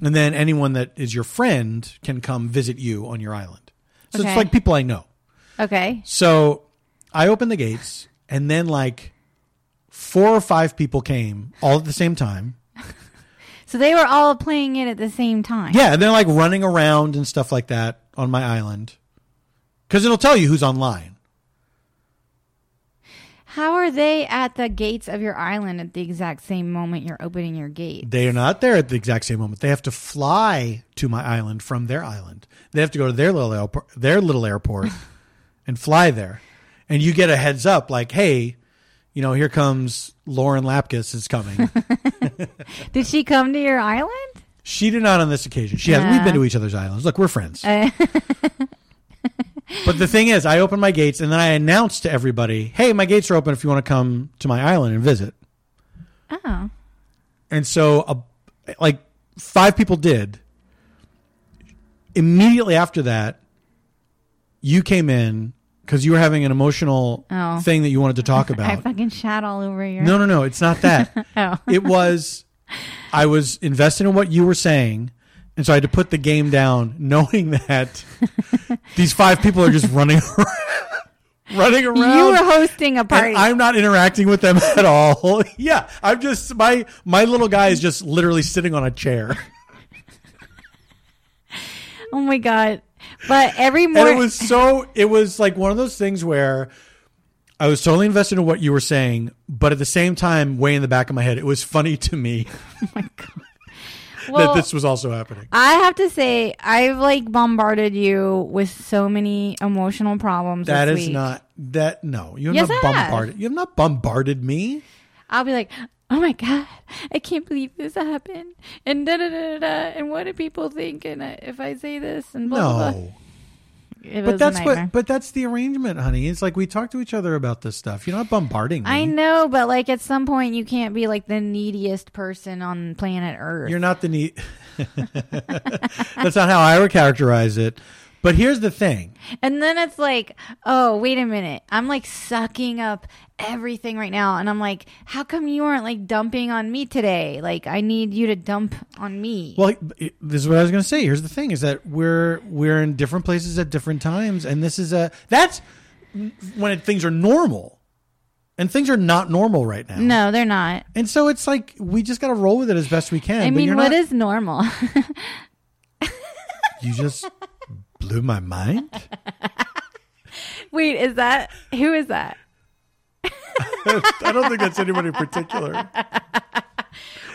Speaker 2: and then anyone that is your friend can come visit you on your island. So
Speaker 1: Okay.
Speaker 2: it's like people I know.
Speaker 1: Okay.
Speaker 2: So I opened the gates, and then like four or five people came all at the same time.
Speaker 1: So they were all playing it at the same time.
Speaker 2: Yeah, and they're like running around and stuff like that on my island because it'll tell you who's online.
Speaker 1: How are they at the gates of your island at the exact same moment you're opening your gate?
Speaker 2: They are not there at the exact same moment. They have to fly to my island from their island. They have to go to their little airport, their little airport, and fly there. And you get a heads up, like, hey, you know, here comes Lauren Lapkus is coming.
Speaker 1: Did she come to your island?
Speaker 2: She did not on this occasion. She has. We've been to each other's islands. Look, we're friends.
Speaker 1: Uh,
Speaker 2: but the thing is, I open my gates and then I announce to everybody, "Hey, my gates are open if you want to come to my island and visit."
Speaker 1: Oh.
Speaker 2: And so, uh, like five people did. Immediately after that, you came in because you were having an emotional
Speaker 1: Oh.
Speaker 2: thing that you wanted to talk
Speaker 1: I
Speaker 2: about.
Speaker 1: fucking shat all over your
Speaker 2: No, no, no. It's not that.
Speaker 1: Oh.
Speaker 2: it was I was invested in what you were saying, and so I had to put the game down, knowing that these five people are just running around, running around.
Speaker 1: You were hosting a party.
Speaker 2: and I'm not interacting with them at all. yeah, I'm just my my little guy is just literally sitting on a chair.
Speaker 1: oh my god. But every
Speaker 2: and
Speaker 1: morning
Speaker 2: it was so it was like one of those things where I was totally invested in what you were saying, but at the same time, way in the back of my head, it was funny to me
Speaker 1: Well-
Speaker 2: that this was also happening.
Speaker 1: I have to say, I've like bombarded you with so many emotional problems.
Speaker 2: That
Speaker 1: this
Speaker 2: is
Speaker 1: week.
Speaker 2: not that. No, you have
Speaker 1: Yes,
Speaker 2: not
Speaker 1: I have.
Speaker 2: bombarded. You have not bombarded me.
Speaker 1: I'll be like, oh my god, I can't believe this happened, and da da da da, da and what do people think, and uh, if I say this, and blah blah. blah.
Speaker 2: No,
Speaker 1: It
Speaker 2: but
Speaker 1: was a
Speaker 2: that's
Speaker 1: nightmare.
Speaker 2: what. But that's the arrangement, honey. It's like we talk to each other about this stuff. You're not bombarding me.
Speaker 1: I know, but like at some point, you can't be like the neediest person on planet Earth.
Speaker 2: You're not the neat. that's not how I would characterize it. But here's the thing.
Speaker 1: And then it's like, oh, wait a minute. I'm like sucking up everything right now. And I'm like, how come you aren't like dumping on me today? Like, I need you to dump on me.
Speaker 2: Well, it- this is what I was going to say. Here's the thing: is that we're we're in different places at different times, and this is a that's when things are normal, and things are not normal right now.
Speaker 1: no, they're not.
Speaker 2: And so it's like we just got to roll with it as best we can.
Speaker 1: I
Speaker 2: but
Speaker 1: mean,
Speaker 2: you're
Speaker 1: what
Speaker 2: not,
Speaker 1: is normal?
Speaker 2: you just blew my mind?
Speaker 1: wait, is that who is that?
Speaker 2: I don't think that's anybody in particular.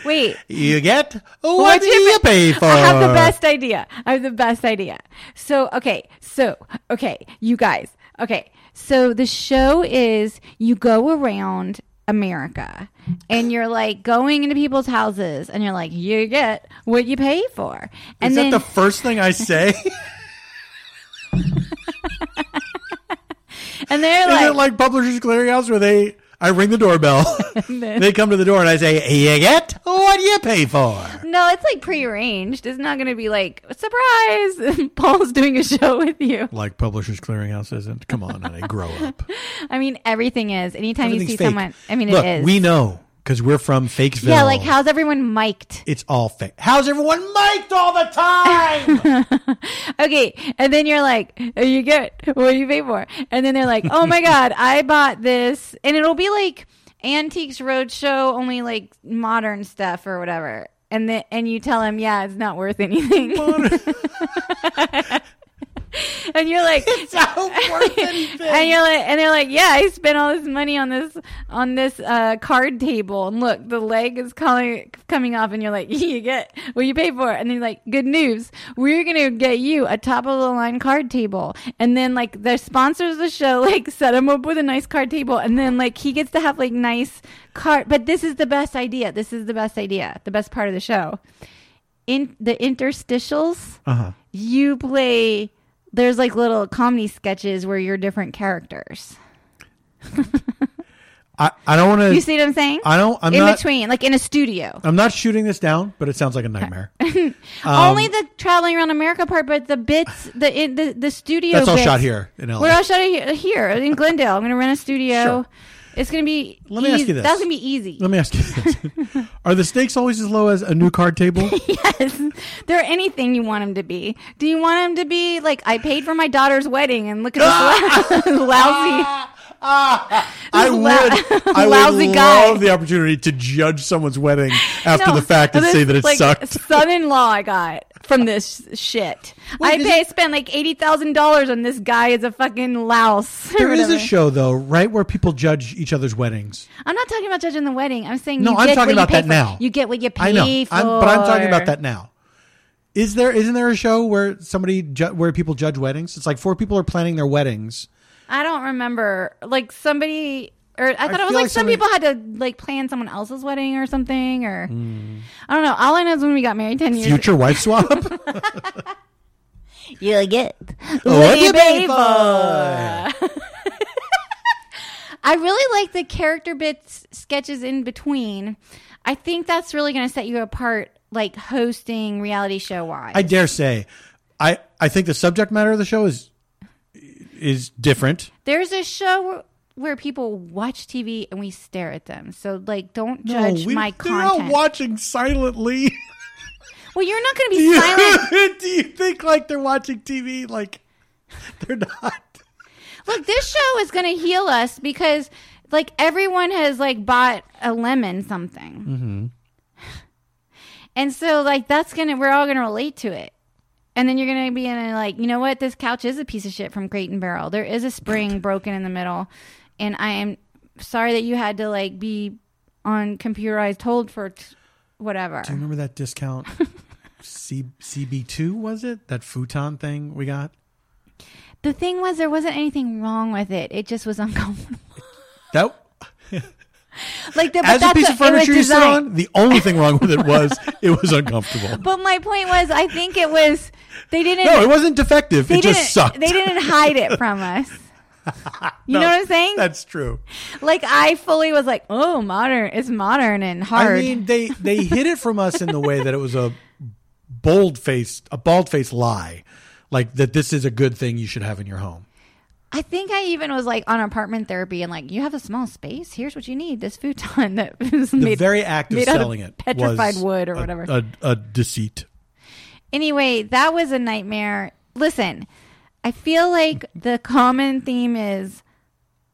Speaker 1: Wait,
Speaker 2: You get what, do you pay for?
Speaker 1: I have the best idea. I have the best idea. So, okay. So, okay. You guys. Okay. So, the show is you go around America and you're like going into people's houses and you're like, you get what you pay for. And
Speaker 2: Is
Speaker 1: then,
Speaker 2: that the first thing I say? is
Speaker 1: and they're
Speaker 2: it
Speaker 1: like,
Speaker 2: like Publishers Clearinghouse where they I ring the doorbell,
Speaker 1: then-
Speaker 2: they come to the door, and I say, "You get what you pay for."
Speaker 1: no, it's like prearranged. It's not going to be like, surprise. Paul's doing a show with you.
Speaker 2: Like Publishers Clearinghouse isn't. Come on, honey, grow up.
Speaker 1: I mean, everything is. Anytime you
Speaker 2: Everything's
Speaker 1: see
Speaker 2: fake.
Speaker 1: someone, I mean,
Speaker 2: Look,
Speaker 1: it is.
Speaker 2: we know because we're from Fakesville.
Speaker 1: yeah, like how's everyone mic'd?
Speaker 2: it's all fake. How's everyone mic'd all the time?
Speaker 1: okay and then you're like "Oh, you get what do you pay for and then they're like oh my god i bought this and it'll be like antiques roadshow only like modern stuff or whatever and then and you tell him yeah it's not worth anything and you're like
Speaker 2: it's not worth anything.
Speaker 1: and you're like, and they're like, yeah, I spent all this money on this on this uh, card table, and look, the leg is calling, coming off, and you're like, you get what you pay for, and they're like, good news, we're gonna get you a top of the line card table, and then like the sponsors of the show like set him up with a nice card table, and then like he gets to have like nice card, but this is the best idea, this is the best idea, the best part of the show, in the interstitials
Speaker 2: Uh-huh.
Speaker 1: you play there's like little comedy sketches where you're different characters.
Speaker 2: I, I don't want
Speaker 1: You
Speaker 2: to.
Speaker 1: see what I'm saying?
Speaker 2: I don't. I'm
Speaker 1: in
Speaker 2: not.
Speaker 1: between, like in a studio.
Speaker 2: I'm not shooting this down, but it sounds like a nightmare. Um,
Speaker 1: Only the traveling around America part, but the bits, the in, the, the studio.
Speaker 2: that's all
Speaker 1: bits-
Speaker 2: shot here in LA.
Speaker 1: We're all shot here, here in Glendale. I'm going to rent a studio.
Speaker 2: Sure.
Speaker 1: It's going to be.
Speaker 2: Let me ask
Speaker 1: eas-
Speaker 2: you this.
Speaker 1: That's going to be easy.
Speaker 2: Let me ask you: this. Are the stakes always as low as a new card table?
Speaker 1: yes, they're anything you want them to be. Do you want them to be like I paid for my daughter's wedding and look at
Speaker 2: Ah!
Speaker 1: this lou- lousy?
Speaker 2: I
Speaker 1: Lou-
Speaker 2: would. I
Speaker 1: lousy
Speaker 2: would
Speaker 1: guy.
Speaker 2: love the opportunity to judge someone's wedding after
Speaker 1: No,
Speaker 2: the fact and
Speaker 1: this,
Speaker 2: say that it
Speaker 1: like,
Speaker 2: sucked.
Speaker 1: Son-in-law, I got from this shit. I
Speaker 2: is
Speaker 1: pay spent like eighty thousand dollars on this guy is a fucking louse. or
Speaker 2: There is a
Speaker 1: whatever.
Speaker 2: show though, right, where people judge each other's weddings.
Speaker 1: I'm not talking about judging the wedding. I'm saying
Speaker 2: No,
Speaker 1: you
Speaker 2: I'm
Speaker 1: get
Speaker 2: talking
Speaker 1: what you
Speaker 2: about
Speaker 1: pay
Speaker 2: that
Speaker 1: for.
Speaker 2: now.
Speaker 1: You get what you pay
Speaker 2: I know,
Speaker 1: for.
Speaker 2: I'm, but I'm talking about that now. Is there? Isn't there a show where somebody ju- where people judge weddings? It's like four people are planning their weddings.
Speaker 1: I don't remember. Like somebody. Or I thought it
Speaker 2: feel
Speaker 1: was like,
Speaker 2: like
Speaker 1: some
Speaker 2: somebody-
Speaker 1: people had to like plan someone else's wedding or something or I don't know. All I know is when we got married ten years
Speaker 2: Hmm. Future wife swap.
Speaker 1: You get
Speaker 2: what
Speaker 1: what you
Speaker 2: you
Speaker 1: pay
Speaker 2: pay
Speaker 1: for. I really like the character bits sketches in between. I think that's really going to set you apart, like hosting reality show wise.
Speaker 2: I dare say, I I think the subject matter of the show is is different.
Speaker 1: There's a show where, where people watch TV and we stare at them. So, like, don't judge
Speaker 2: Oh, we-
Speaker 1: my
Speaker 2: they're all
Speaker 1: content.
Speaker 2: watching silently.
Speaker 1: well, you're not going to be silent.
Speaker 2: Do you think like they're watching TV? Like they're not.
Speaker 1: Look, this show is going to heal us because, like, everyone has like bought a lemon something, mm-hmm. and so like that's gonna we're all gonna relate to it. And then you're gonna be in a like, you know what? This couch is a piece of shit from Crate and Barrel. There is a spring broken in the middle, and I am sorry that you had to like be on computerized hold for t- whatever.
Speaker 2: Do you remember that discount C- CB2 was it? That futon thing we got?
Speaker 1: The thing was, there wasn't anything wrong with it. It just was uncomfortable.
Speaker 2: That
Speaker 1: Like the, but
Speaker 2: as a
Speaker 1: that's
Speaker 2: piece of
Speaker 1: it was
Speaker 2: furniture you sit
Speaker 1: design.
Speaker 2: on, the only thing wrong with it was it was uncomfortable.
Speaker 1: But my point was, I think it was they didn't.
Speaker 2: No, it wasn't defective.
Speaker 1: they
Speaker 2: It just
Speaker 1: didn't-
Speaker 2: sucked.
Speaker 1: They didn't hide it from us. You know
Speaker 2: No,
Speaker 1: what I'm saying?
Speaker 2: That's true.
Speaker 1: Like I fully was like, oh, modern. It's modern and hard.
Speaker 2: I mean, they they hid it from us in the way that it was a bold faced, a bald faced lie, like that this is a good thing you should have in your home.
Speaker 1: I think I even was like on apartment therapy and like, you have a small space. Here's what you need: this futon that is
Speaker 2: The
Speaker 1: made.
Speaker 2: very act of
Speaker 1: made out of
Speaker 2: selling it,
Speaker 1: petrified
Speaker 2: was
Speaker 1: wood or
Speaker 2: a-
Speaker 1: whatever.
Speaker 2: a, a deceit.
Speaker 1: anyway, that was a nightmare. Listen, I feel like the common theme is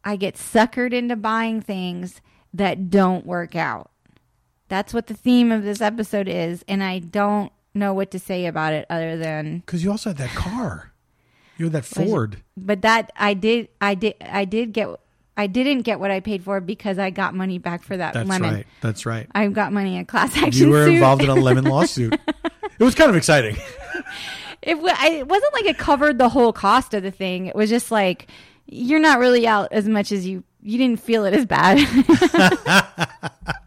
Speaker 1: I get suckered into buying things that don't work out. That's what the theme of this episode is, and I don't know what to say about it other than
Speaker 2: Because you also had that car, you had that Ford.
Speaker 1: but that I did I did I did get I didn't get what I paid for because I got money back for that
Speaker 2: That's
Speaker 1: lemon.
Speaker 2: right. That's right.
Speaker 1: I got money in class action.
Speaker 2: You were
Speaker 1: suit.
Speaker 2: involved in a lemon lawsuit. It was kind of exciting.
Speaker 1: it, wa- I- it wasn't like it covered the whole cost of the thing. It was just like you're not really out as much as you you didn't feel it as bad.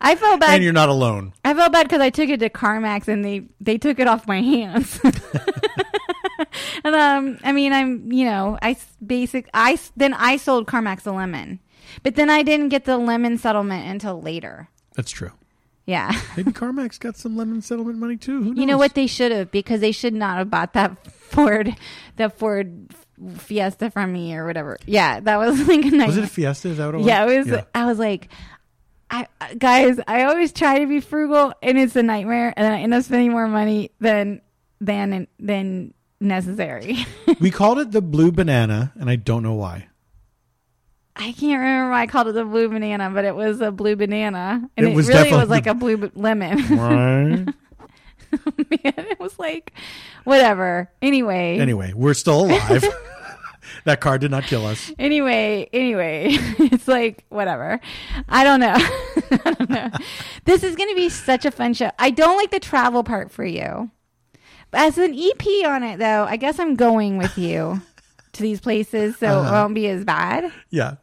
Speaker 1: I felt
Speaker 2: and
Speaker 1: bad.
Speaker 2: you're not alone.
Speaker 1: I felt bad because I took it to CarMax and they they took it off my hands. and um, I mean, I'm you know, I s- basic I s- then I sold CarMax the lemon, but then I didn't get the lemon settlement until later.
Speaker 2: That's true.
Speaker 1: Yeah.
Speaker 2: Maybe CarMax got some lemon settlement money too. Who knows?
Speaker 1: You know what they should have because they should not have bought that Ford, that Ford Fiesta from me or whatever. Yeah, that was like a night.
Speaker 2: Was it a Fiesta? Is that what it was?
Speaker 1: yeah, it was. I was like, I I- guys, I always try to be frugal, and it's a nightmare, and I end up spending more money than than than necessary.
Speaker 2: we called it the blue banana, and I don't know why.
Speaker 1: I can't remember why I called it the blue banana, but it was a blue banana, and
Speaker 2: It
Speaker 1: it,
Speaker 2: was
Speaker 1: really
Speaker 2: definitely
Speaker 1: was like
Speaker 2: the-
Speaker 1: a blue b- lemon.
Speaker 2: Right.
Speaker 1: Man, it was like, whatever. Anyway,
Speaker 2: anyway, we're still alive. that car did not kill us.
Speaker 1: anyway, anyway, it's like whatever. I don't know. I don't know. This is going to be such a fun show. I don't like the travel part for you. As an EP on it though, I guess I'm going with you to these places, so
Speaker 2: Uh-huh.
Speaker 1: it won't be as bad.
Speaker 2: Yeah.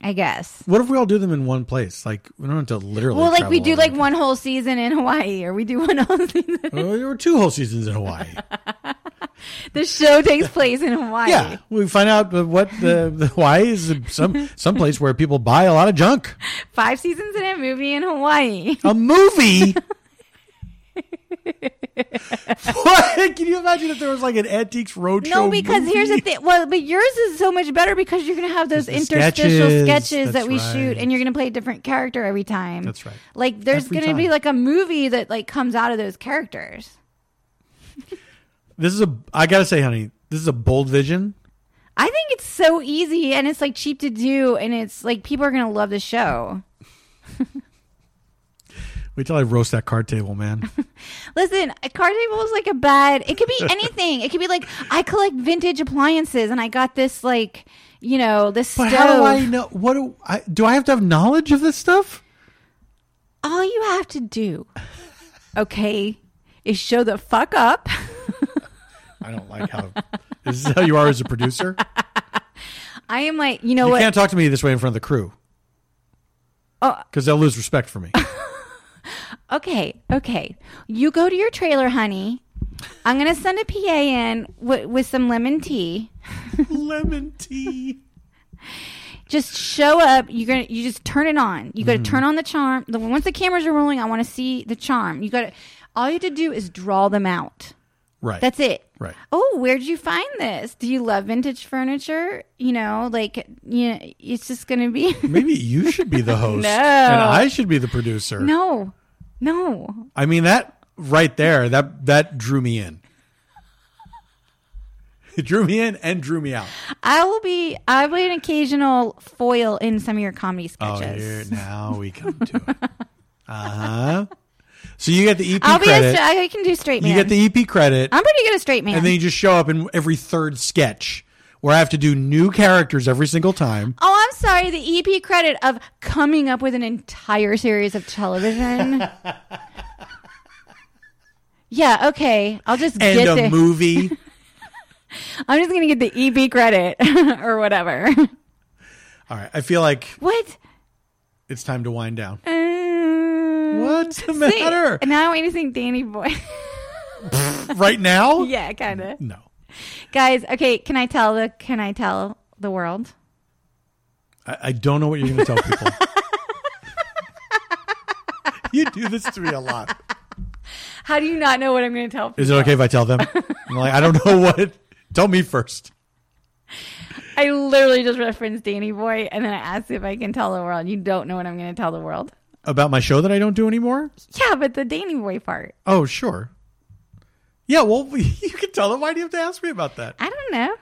Speaker 1: I guess.
Speaker 2: What if we all do them in one place? Like we don't have to literally.
Speaker 1: Well, like
Speaker 2: travel
Speaker 1: we do
Speaker 2: all
Speaker 1: like
Speaker 2: over.
Speaker 1: one whole season in Hawaii, or we do one whole season.
Speaker 2: Well, there were two whole seasons in Hawaii.
Speaker 1: The show takes place in Hawaii.
Speaker 2: yeah, we find out that what the, the Hawaii is some some place where people buy a lot of junk.
Speaker 1: Five seasons in a movie in Hawaii.
Speaker 2: A movie. what? Can you imagine if there was like an antiques roadshow?
Speaker 1: No, because here's the
Speaker 2: movie?
Speaker 1: thing. Well, but yours is so much better because you're going to have those
Speaker 2: the
Speaker 1: interstitial
Speaker 2: sketches.
Speaker 1: sketches,
Speaker 2: That's
Speaker 1: that we
Speaker 2: right.
Speaker 1: shoot, and you're going to play a different character every time.
Speaker 2: That's right.
Speaker 1: Like there's
Speaker 2: Every
Speaker 1: going to be
Speaker 2: time.
Speaker 1: like a movie that like comes out of those characters.
Speaker 2: This is a. I gotta say, honey, this is a bold vision.
Speaker 1: I think it's so easy and it's like cheap to do, and it's like people are going to love the show.
Speaker 2: Wait till I roast that card table, man.
Speaker 1: Listen, a card table is like a bad. It could be anything. it could be like I collect vintage appliances, and I got this like you know this
Speaker 2: But
Speaker 1: stove.
Speaker 2: how do I know? What do I do? I have to have knowledge of this stuff.
Speaker 1: all you have to do, okay, is show the fuck up.
Speaker 2: I don't like how. this is how you are as a producer.
Speaker 1: I am like, you know
Speaker 2: You
Speaker 1: what?
Speaker 2: can't talk to me this way in front of the crew.
Speaker 1: Oh.
Speaker 2: Because they'll lose respect for me.
Speaker 1: Okay, okay. You go to your trailer, honey. I'm gonna send a PA in wi with some lemon tea.
Speaker 2: Lemon tea.
Speaker 1: Just show up. You're gonna. You just turn it on. You
Speaker 2: Mm.
Speaker 1: gotta turn on the charm. The once the cameras are rolling, I want to see the charm. You gotta. All you have to do is draw them out.
Speaker 2: Right.
Speaker 1: That's it.
Speaker 2: Right.
Speaker 1: Oh, where'd you find this? Do you love vintage furniture? You know, like, you know, it's just gonna be.
Speaker 2: Maybe you should be the host,
Speaker 1: No.
Speaker 2: and I should be the producer.
Speaker 1: No, no.
Speaker 2: I mean that right there. That that drew me in. It drew me in and drew me out.
Speaker 1: I will be. I will be an occasional foil in some of your comedy
Speaker 2: Oh,
Speaker 1: sketches.
Speaker 2: here now we come to it. Uh huh. So you get the EP
Speaker 1: I'll be. A,
Speaker 2: credit.
Speaker 1: stra- I can do straight man.
Speaker 2: you get the EP credit,
Speaker 1: I'm pretty good at straight man.
Speaker 2: and then you just show up in every third sketch where I have to do new characters every single time.
Speaker 1: Oh, I'm sorry. The EP credit of coming up with an entire series of television. yeah, okay. I'll just
Speaker 2: And
Speaker 1: get
Speaker 2: a
Speaker 1: the,
Speaker 2: movie.
Speaker 1: I'm just going to get the EP credit or whatever.
Speaker 2: All right. I feel like
Speaker 1: what?
Speaker 2: it's time to wind down.
Speaker 1: Uh,
Speaker 2: What's the
Speaker 1: see,
Speaker 2: matter?
Speaker 1: And now I want you to sing Danny Boy.
Speaker 2: right now?
Speaker 1: yeah, kind of.
Speaker 2: No.
Speaker 1: Guys, okay, can I tell the can I tell the world?
Speaker 2: I, I don't know what you're going to tell people. you do this to me a lot.
Speaker 1: How do you not know what I'm going to tell?
Speaker 2: Is it okay if I tell them? I'm like, I don't know what. Tell me first.
Speaker 1: I literally just referenced Danny Boy, and then I asked if I can tell the world. You don't know what I'm going to tell the world.
Speaker 2: About my show that I don't do anymore?
Speaker 1: Yeah, but the Danny Boy part.
Speaker 2: Oh, sure. Yeah, well, you can tell them. Why do you have to ask me about that?
Speaker 1: I don't know.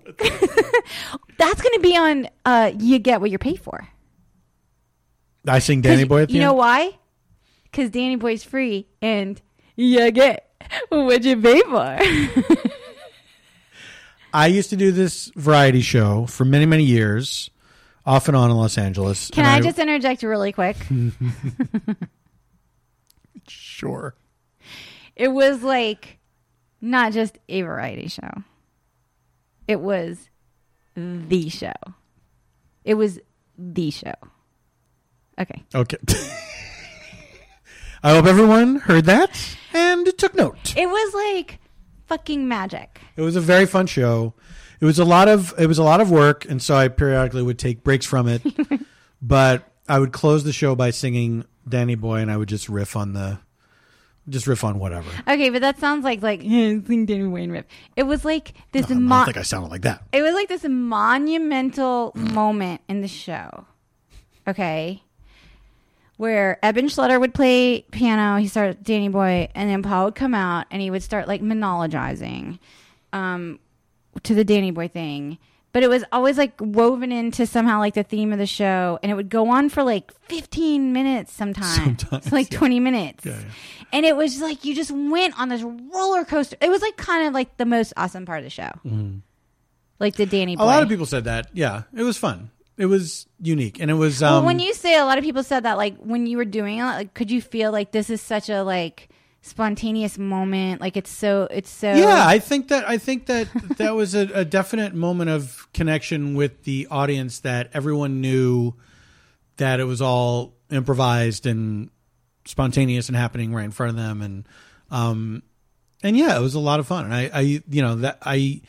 Speaker 1: That's going to be on. Uh, you get what you're paid for.
Speaker 2: I sing Danny Boy at the
Speaker 1: you
Speaker 2: end.
Speaker 1: know why? Because Danny Boy's free, and you get what you pay for.
Speaker 2: I used to do this variety show for many, many years, off and on in Los Angeles.
Speaker 1: Can
Speaker 2: and
Speaker 1: I just interject really quick?
Speaker 2: Sure.
Speaker 1: it was like not just a variety show. It was the show. It was the show. Okay.
Speaker 2: Okay. I hope everyone heard that and took note.
Speaker 1: It was like fucking magic.
Speaker 2: It was a very fun show. It was a lot of it was a lot of work, and so I periodically would take breaks from it. but I would close the show by singing Danny Boy, and I would just riff on the, just riff on whatever.
Speaker 1: Okay, but that sounds like like sing Danny Wayne rip. It was like this
Speaker 2: I
Speaker 1: mo-
Speaker 2: don't think I sounded like that.
Speaker 1: it was like this monumental moment in the show. Okay. Where Eben Schletter would play piano, he started Danny Boy, and then Paul would come out and he would start like monologizing um, to the Danny Boy thing. But it was always like woven into somehow like the theme of the show, and it would go on for like 15 minutes sometimes,
Speaker 2: Sometimes,
Speaker 1: like 20 minutes.
Speaker 2: Yeah, yeah.
Speaker 1: And it was like you just went on this roller coaster. It was like kind of like the most awesome part of the show like the Danny Boy.
Speaker 2: Mm. A lot of people said that. Yeah, it was fun. It was unique, and it was um,
Speaker 1: Well, when you say a lot of people said that, like when you were doing it, like, could you feel like this is such a like spontaneous moment? Like it's so, it's so.
Speaker 2: Yeah, I think that I think that that was a, a definite moment of connection with the audience that everyone knew that it was all improvised and spontaneous and happening right in front of them and um and yeah, it was a lot of fun. And I I you know that I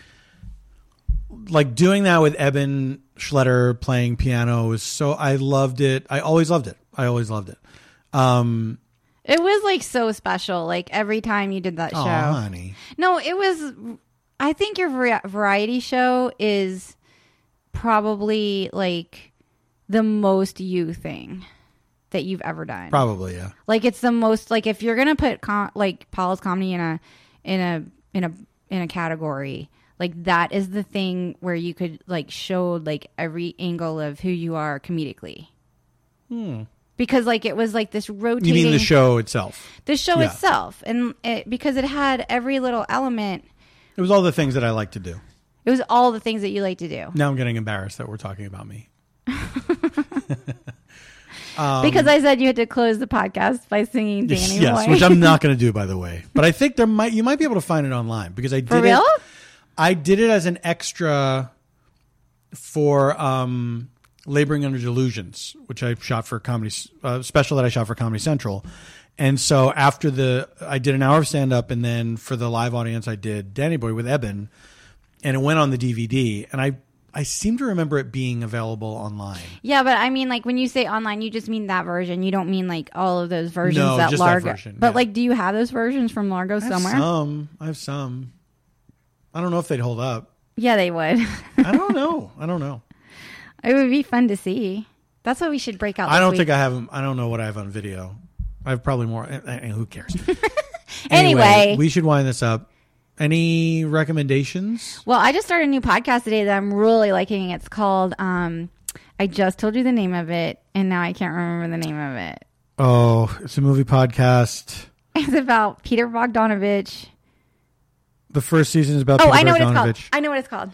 Speaker 2: like doing that with Eben Schletter playing piano was so I loved it. I always loved it. I always loved it. Um
Speaker 1: It was like so special. Like every time you did that
Speaker 2: oh,
Speaker 1: show.
Speaker 2: honey.
Speaker 1: No, it was. I think your vari- variety show is probably like the most you thing that you've ever done.
Speaker 2: Probably, yeah.
Speaker 1: Like it's the most like if you're gonna put com- like Paul's comedy in a in a in a in a category, like that is the thing where you could like show like every angle of who you are comedically. Because like it was like this rotating
Speaker 2: Hmm. You mean the show itself?
Speaker 1: the show
Speaker 2: yeah.
Speaker 1: itself, and it, because it had every little element.
Speaker 2: It was all the things that I like to do.
Speaker 1: It was all the things that you like to do.
Speaker 2: Now I'm getting embarrassed that we're talking about me.
Speaker 1: because I said you had to close the podcast by singing Danny
Speaker 2: Um, yes,
Speaker 1: Boy.
Speaker 2: which I'm not going to do, by the way. But I think there might you might be able to find it online because I did
Speaker 1: For real?
Speaker 2: It, I did it as an extra for um, Laboring Under Delusions, which I shot for comedy uh, special that I shot for Comedy Central. And so after the I did an hour of stand up, and then for the live audience, I did Danny Boy with Eben, and it went on the DVD, and I. I seem to remember it being available online.
Speaker 1: Yeah, but I mean, like when you say online, you just mean that version. You don't mean like all of those versions
Speaker 2: No,
Speaker 1: that
Speaker 2: just that
Speaker 1: Largo.
Speaker 2: version,
Speaker 1: but
Speaker 2: yeah.
Speaker 1: like, do you have those versions from Largo
Speaker 2: I have
Speaker 1: somewhere?
Speaker 2: Some. I have some. I don't know if they'd hold up.
Speaker 1: Yeah, they would.
Speaker 2: I don't know. I don't know.
Speaker 1: it would be fun to see. That's what we should break out.
Speaker 2: I
Speaker 1: this
Speaker 2: don't
Speaker 1: week.
Speaker 2: think I have them. I don't know what I have on video. I have probably more. eh, eh, Who cares?
Speaker 1: Anyway.
Speaker 2: we should wind this up. Any recommendations?
Speaker 1: Well, I just started a new podcast today that I'm really liking. It's called. um I just told you the name of it, and now I can't remember the name of it.
Speaker 2: Oh, it's a movie podcast.
Speaker 1: It's about Peter Bogdanovich
Speaker 2: The first season is about
Speaker 1: Oh,
Speaker 2: Peter
Speaker 1: I know what it's called.
Speaker 2: Bogdanovich.
Speaker 1: I know what it's called.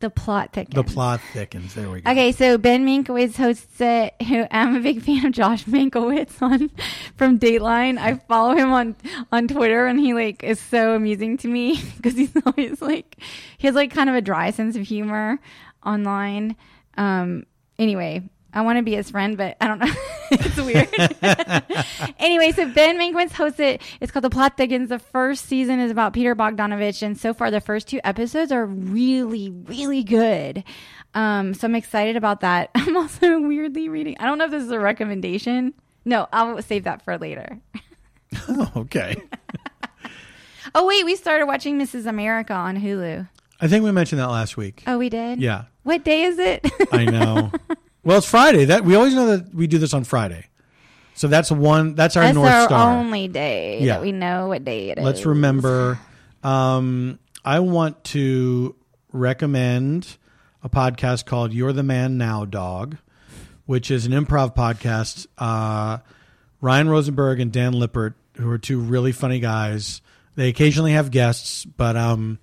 Speaker 1: The plot thickens.
Speaker 2: The plot thickens. There we go.
Speaker 1: Okay, so Ben Minkowitz hosts it. Who I'm a big fan of Josh Minkowitz on from Dateline. I follow him on on Twitter, and he like is so amusing to me because he's always like he has like kind of a dry sense of humor online. Um, anyway, I want to be his friend, but I don't know. it's weird. anyway, so Ben Mankiewicz hosts it. It's called The Plot Thickens. The first season is about Peter Bogdanovich, and so far the first two episodes are really, really good. Um, so I'm excited about that. I'm also weirdly reading. I don't know if this is a recommendation. No, I'll save that for later.
Speaker 2: Oh, okay.
Speaker 1: Oh wait, we started watching Mrs. America on Hulu.
Speaker 2: I think we mentioned that last week.
Speaker 1: Oh, we did.
Speaker 2: Yeah,
Speaker 1: What day is it?
Speaker 2: I know. well, it's Friday. That we always know that we do this on Friday. So that's one. That's our
Speaker 1: That's
Speaker 2: north
Speaker 1: our
Speaker 2: star.
Speaker 1: only day
Speaker 2: Yeah.
Speaker 1: that we know what day it is.
Speaker 2: Let's remember. Um, I want to recommend a podcast called "You're the Man Now, Dog," which is an improv podcast. Uh, Ryan Rosenberg and Dan Lippert, who are two really funny guys. They occasionally have guests, but um,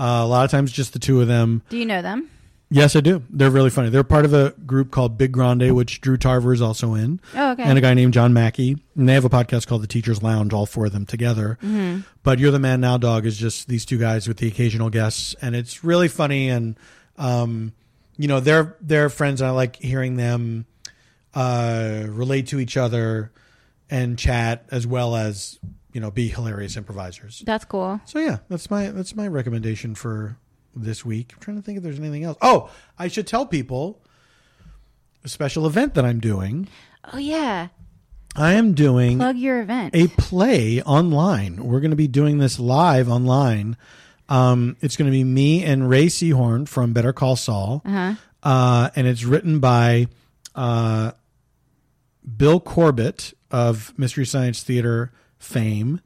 Speaker 2: uh, a lot of times just the two of them.
Speaker 1: Do you know them?
Speaker 2: Yes, I do. They're really funny. They're part of a group called Big Grande, which Drew Tarver is also in,
Speaker 1: Oh, okay.
Speaker 2: and a guy named John Mackey. And they have a podcast called The Teacher's Lounge, all four of them together.
Speaker 1: Mm-hmm.
Speaker 2: But You're the Man Now Dog is just these two guys with the occasional guests, and it's really funny. And, um, you know, they're, they're friends, and I like hearing them uh, relate to each other and chat as well as, you know, be hilarious improvisers.
Speaker 1: That's cool.
Speaker 2: So yeah, that's my that's my recommendation for this week. I'm trying to think if there's anything else. Oh, I should tell people a special event that I'm doing.
Speaker 1: Oh yeah.
Speaker 2: I am doing
Speaker 1: Plug your event.
Speaker 2: a play online. We're going to be doing this live online. Um, it's going to be me and Ray Seahorn from Better Call Saul, uh-huh. and it's written by uh, Bill Corbett of Mystery Science Theater fame,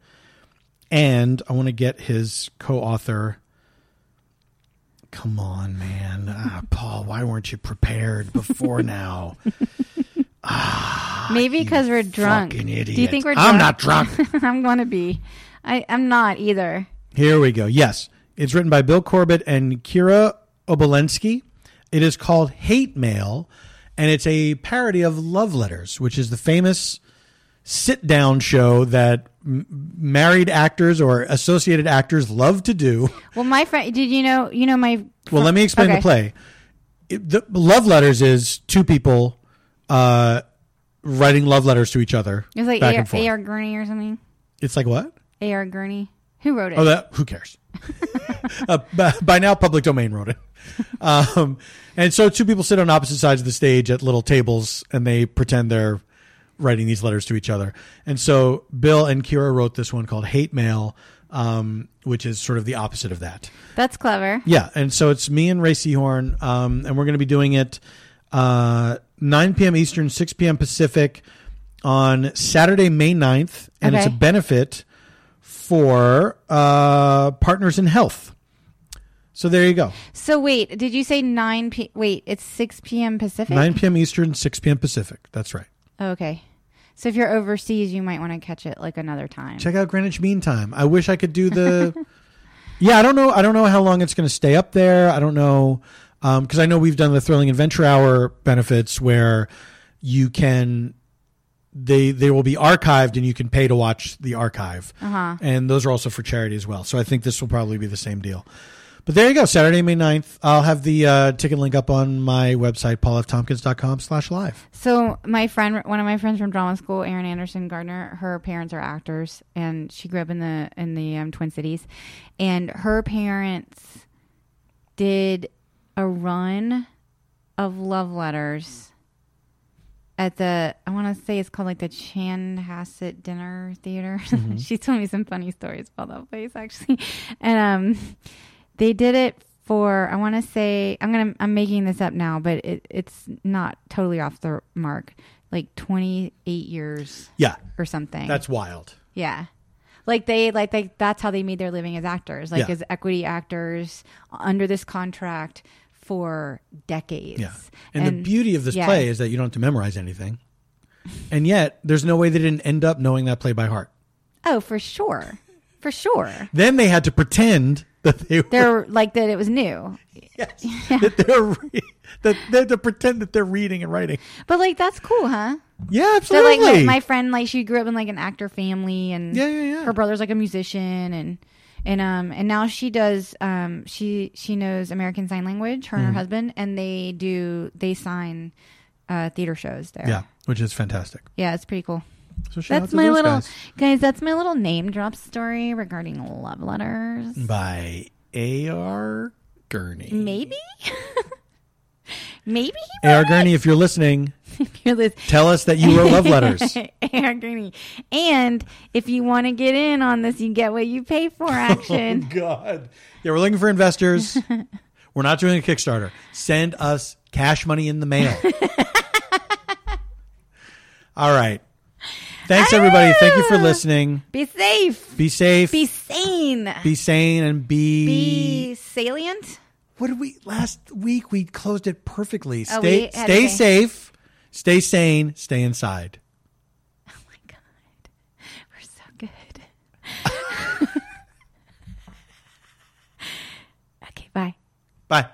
Speaker 2: and I want to get his co-author. Come on, man, ah, Paul, why weren't you prepared before now?
Speaker 1: Maybe because we're drunk.
Speaker 2: fucking
Speaker 1: Do you
Speaker 2: idiot.
Speaker 1: think we're drunk?
Speaker 2: I'm not drunk.
Speaker 1: I'm going to be. I, I'm not either.
Speaker 2: Here we go. Yes. It's written by Bill Corbett and Kira Obolensky. It is called Hate Mail, and it's a parody of Love Letters, which is the famous sit down show that m- married actors or associated actors love to do.
Speaker 1: Well, my friend, did you know? You know my.
Speaker 2: Well, let me explain
Speaker 1: Okay.
Speaker 2: the play. It, the love letters is two people uh, writing love letters to each other
Speaker 1: It's like
Speaker 2: back and forth.
Speaker 1: A.R. Gurney or something.
Speaker 2: It's like what?
Speaker 1: A.R. Gurney. Who wrote it?
Speaker 2: Oh, that who cares? uh, by, by now, public domain wrote it. Um, and so, two people sit on opposite sides of the stage at little tables, and they pretend they're writing these letters to each other. And so, Bill and Kira wrote this one called "Hate Mail," um, which is sort of the opposite of that.
Speaker 1: That's clever.
Speaker 2: Yeah, and so it's me and Ray Seahorn, um, and we're going to be doing it uh, 9 p.m. Eastern, 6 p.m. Pacific on Saturday, May 9th, and it's a
Speaker 1: Okay.
Speaker 2: benefit for uh, Partners in Health. So there you go.
Speaker 1: So wait, did you say 9 p. Wait, it's 6 p.m. Pacific?
Speaker 2: 9 p.m. Eastern, 6 p.m. Pacific. That's right.
Speaker 1: Oh, okay. So if you're overseas, you might want to catch it like another time.
Speaker 2: Check out Greenwich Mean Time. I wish I could do the. yeah, I don't know. I don't know how long it's going to stay up there. I don't know because I know we've done the Thrilling Adventure Hour benefits where you can they they will be archived and you can pay to watch the archive, uh-huh. and those are also for charity as well. So I think this will probably be the same deal. But there you go. Saturday, May 9th. I'll have the uh, ticket link up on my website, paulftompkins.com slash live.
Speaker 1: So my friend, one of my friends from drama school, Erin Anderson Gardner, her parents are actors, and she grew up in the in the um, Twin Cities, and her parents did a run of love letters at the I want to say it's called like the Chanhassett Dinner Theater. she told me some funny stories about that place actually, and um, they did it for I want to say I'm gonna I'm making this up now, but it, it's not totally off the mark. Like 28 years
Speaker 2: Yeah,
Speaker 1: or something.
Speaker 2: that's wild.
Speaker 1: Yeah. Like they like they that's how they made their living as actors, like
Speaker 2: Yeah.
Speaker 1: as equity actors under this contract for decades.
Speaker 2: Yeah. And, the beauty of this
Speaker 1: yeah.
Speaker 2: play is that you don't have to memorize anything. And yet, there's no way they didn't end up knowing that play by heart.
Speaker 1: Oh, for sure. for sure.
Speaker 2: Then they had to pretend that they were
Speaker 1: They're like that. It was new,
Speaker 2: yes, that they're re- that they had to pretend that they're reading and writing.
Speaker 1: but like that's cool, huh?
Speaker 2: Yeah,
Speaker 1: So
Speaker 2: absolutely.
Speaker 1: like my, my friend, like she grew up in like an actor family, and
Speaker 2: Yeah, yeah, yeah.
Speaker 1: her brother's like a musician, and and um and now she does um she she knows American Sign Language. Her and
Speaker 2: Mm-hmm.
Speaker 1: her husband, and they do they sign uh theater shows there.
Speaker 2: yeah, which is fantastic.
Speaker 1: yeah, it's pretty cool.
Speaker 2: So shout out
Speaker 1: That's
Speaker 2: to
Speaker 1: my
Speaker 2: those
Speaker 1: little
Speaker 2: guys.
Speaker 1: guys. That's my little name drop story regarding love letters.
Speaker 2: Mm. by A.R. Gurney.
Speaker 1: Maybe. Maybe he
Speaker 2: A.R. Gurney, if you're listening,
Speaker 1: if you're listening.
Speaker 2: tell us that you wrote love letters.
Speaker 1: Air Greeny. And if you want to get in on this, you get what you pay for action.
Speaker 2: God. Yeah, we're looking for investors. we're not doing a Kickstarter. Send us cash money in the mail. All right. Thanks, everybody. Thank you for listening.
Speaker 1: be safe.
Speaker 2: Be
Speaker 1: Ah!
Speaker 2: safe.
Speaker 1: Be
Speaker 2: Be,
Speaker 1: sane.
Speaker 2: sane and be,
Speaker 1: Be salient.
Speaker 2: What did we last week? We closed it perfectly.
Speaker 1: Oh,
Speaker 2: Stay,
Speaker 1: we had
Speaker 2: stay
Speaker 1: a-
Speaker 2: safe. Stay sane. Stay inside.
Speaker 1: Oh my God. We're so good. okay, bye.
Speaker 2: Bye.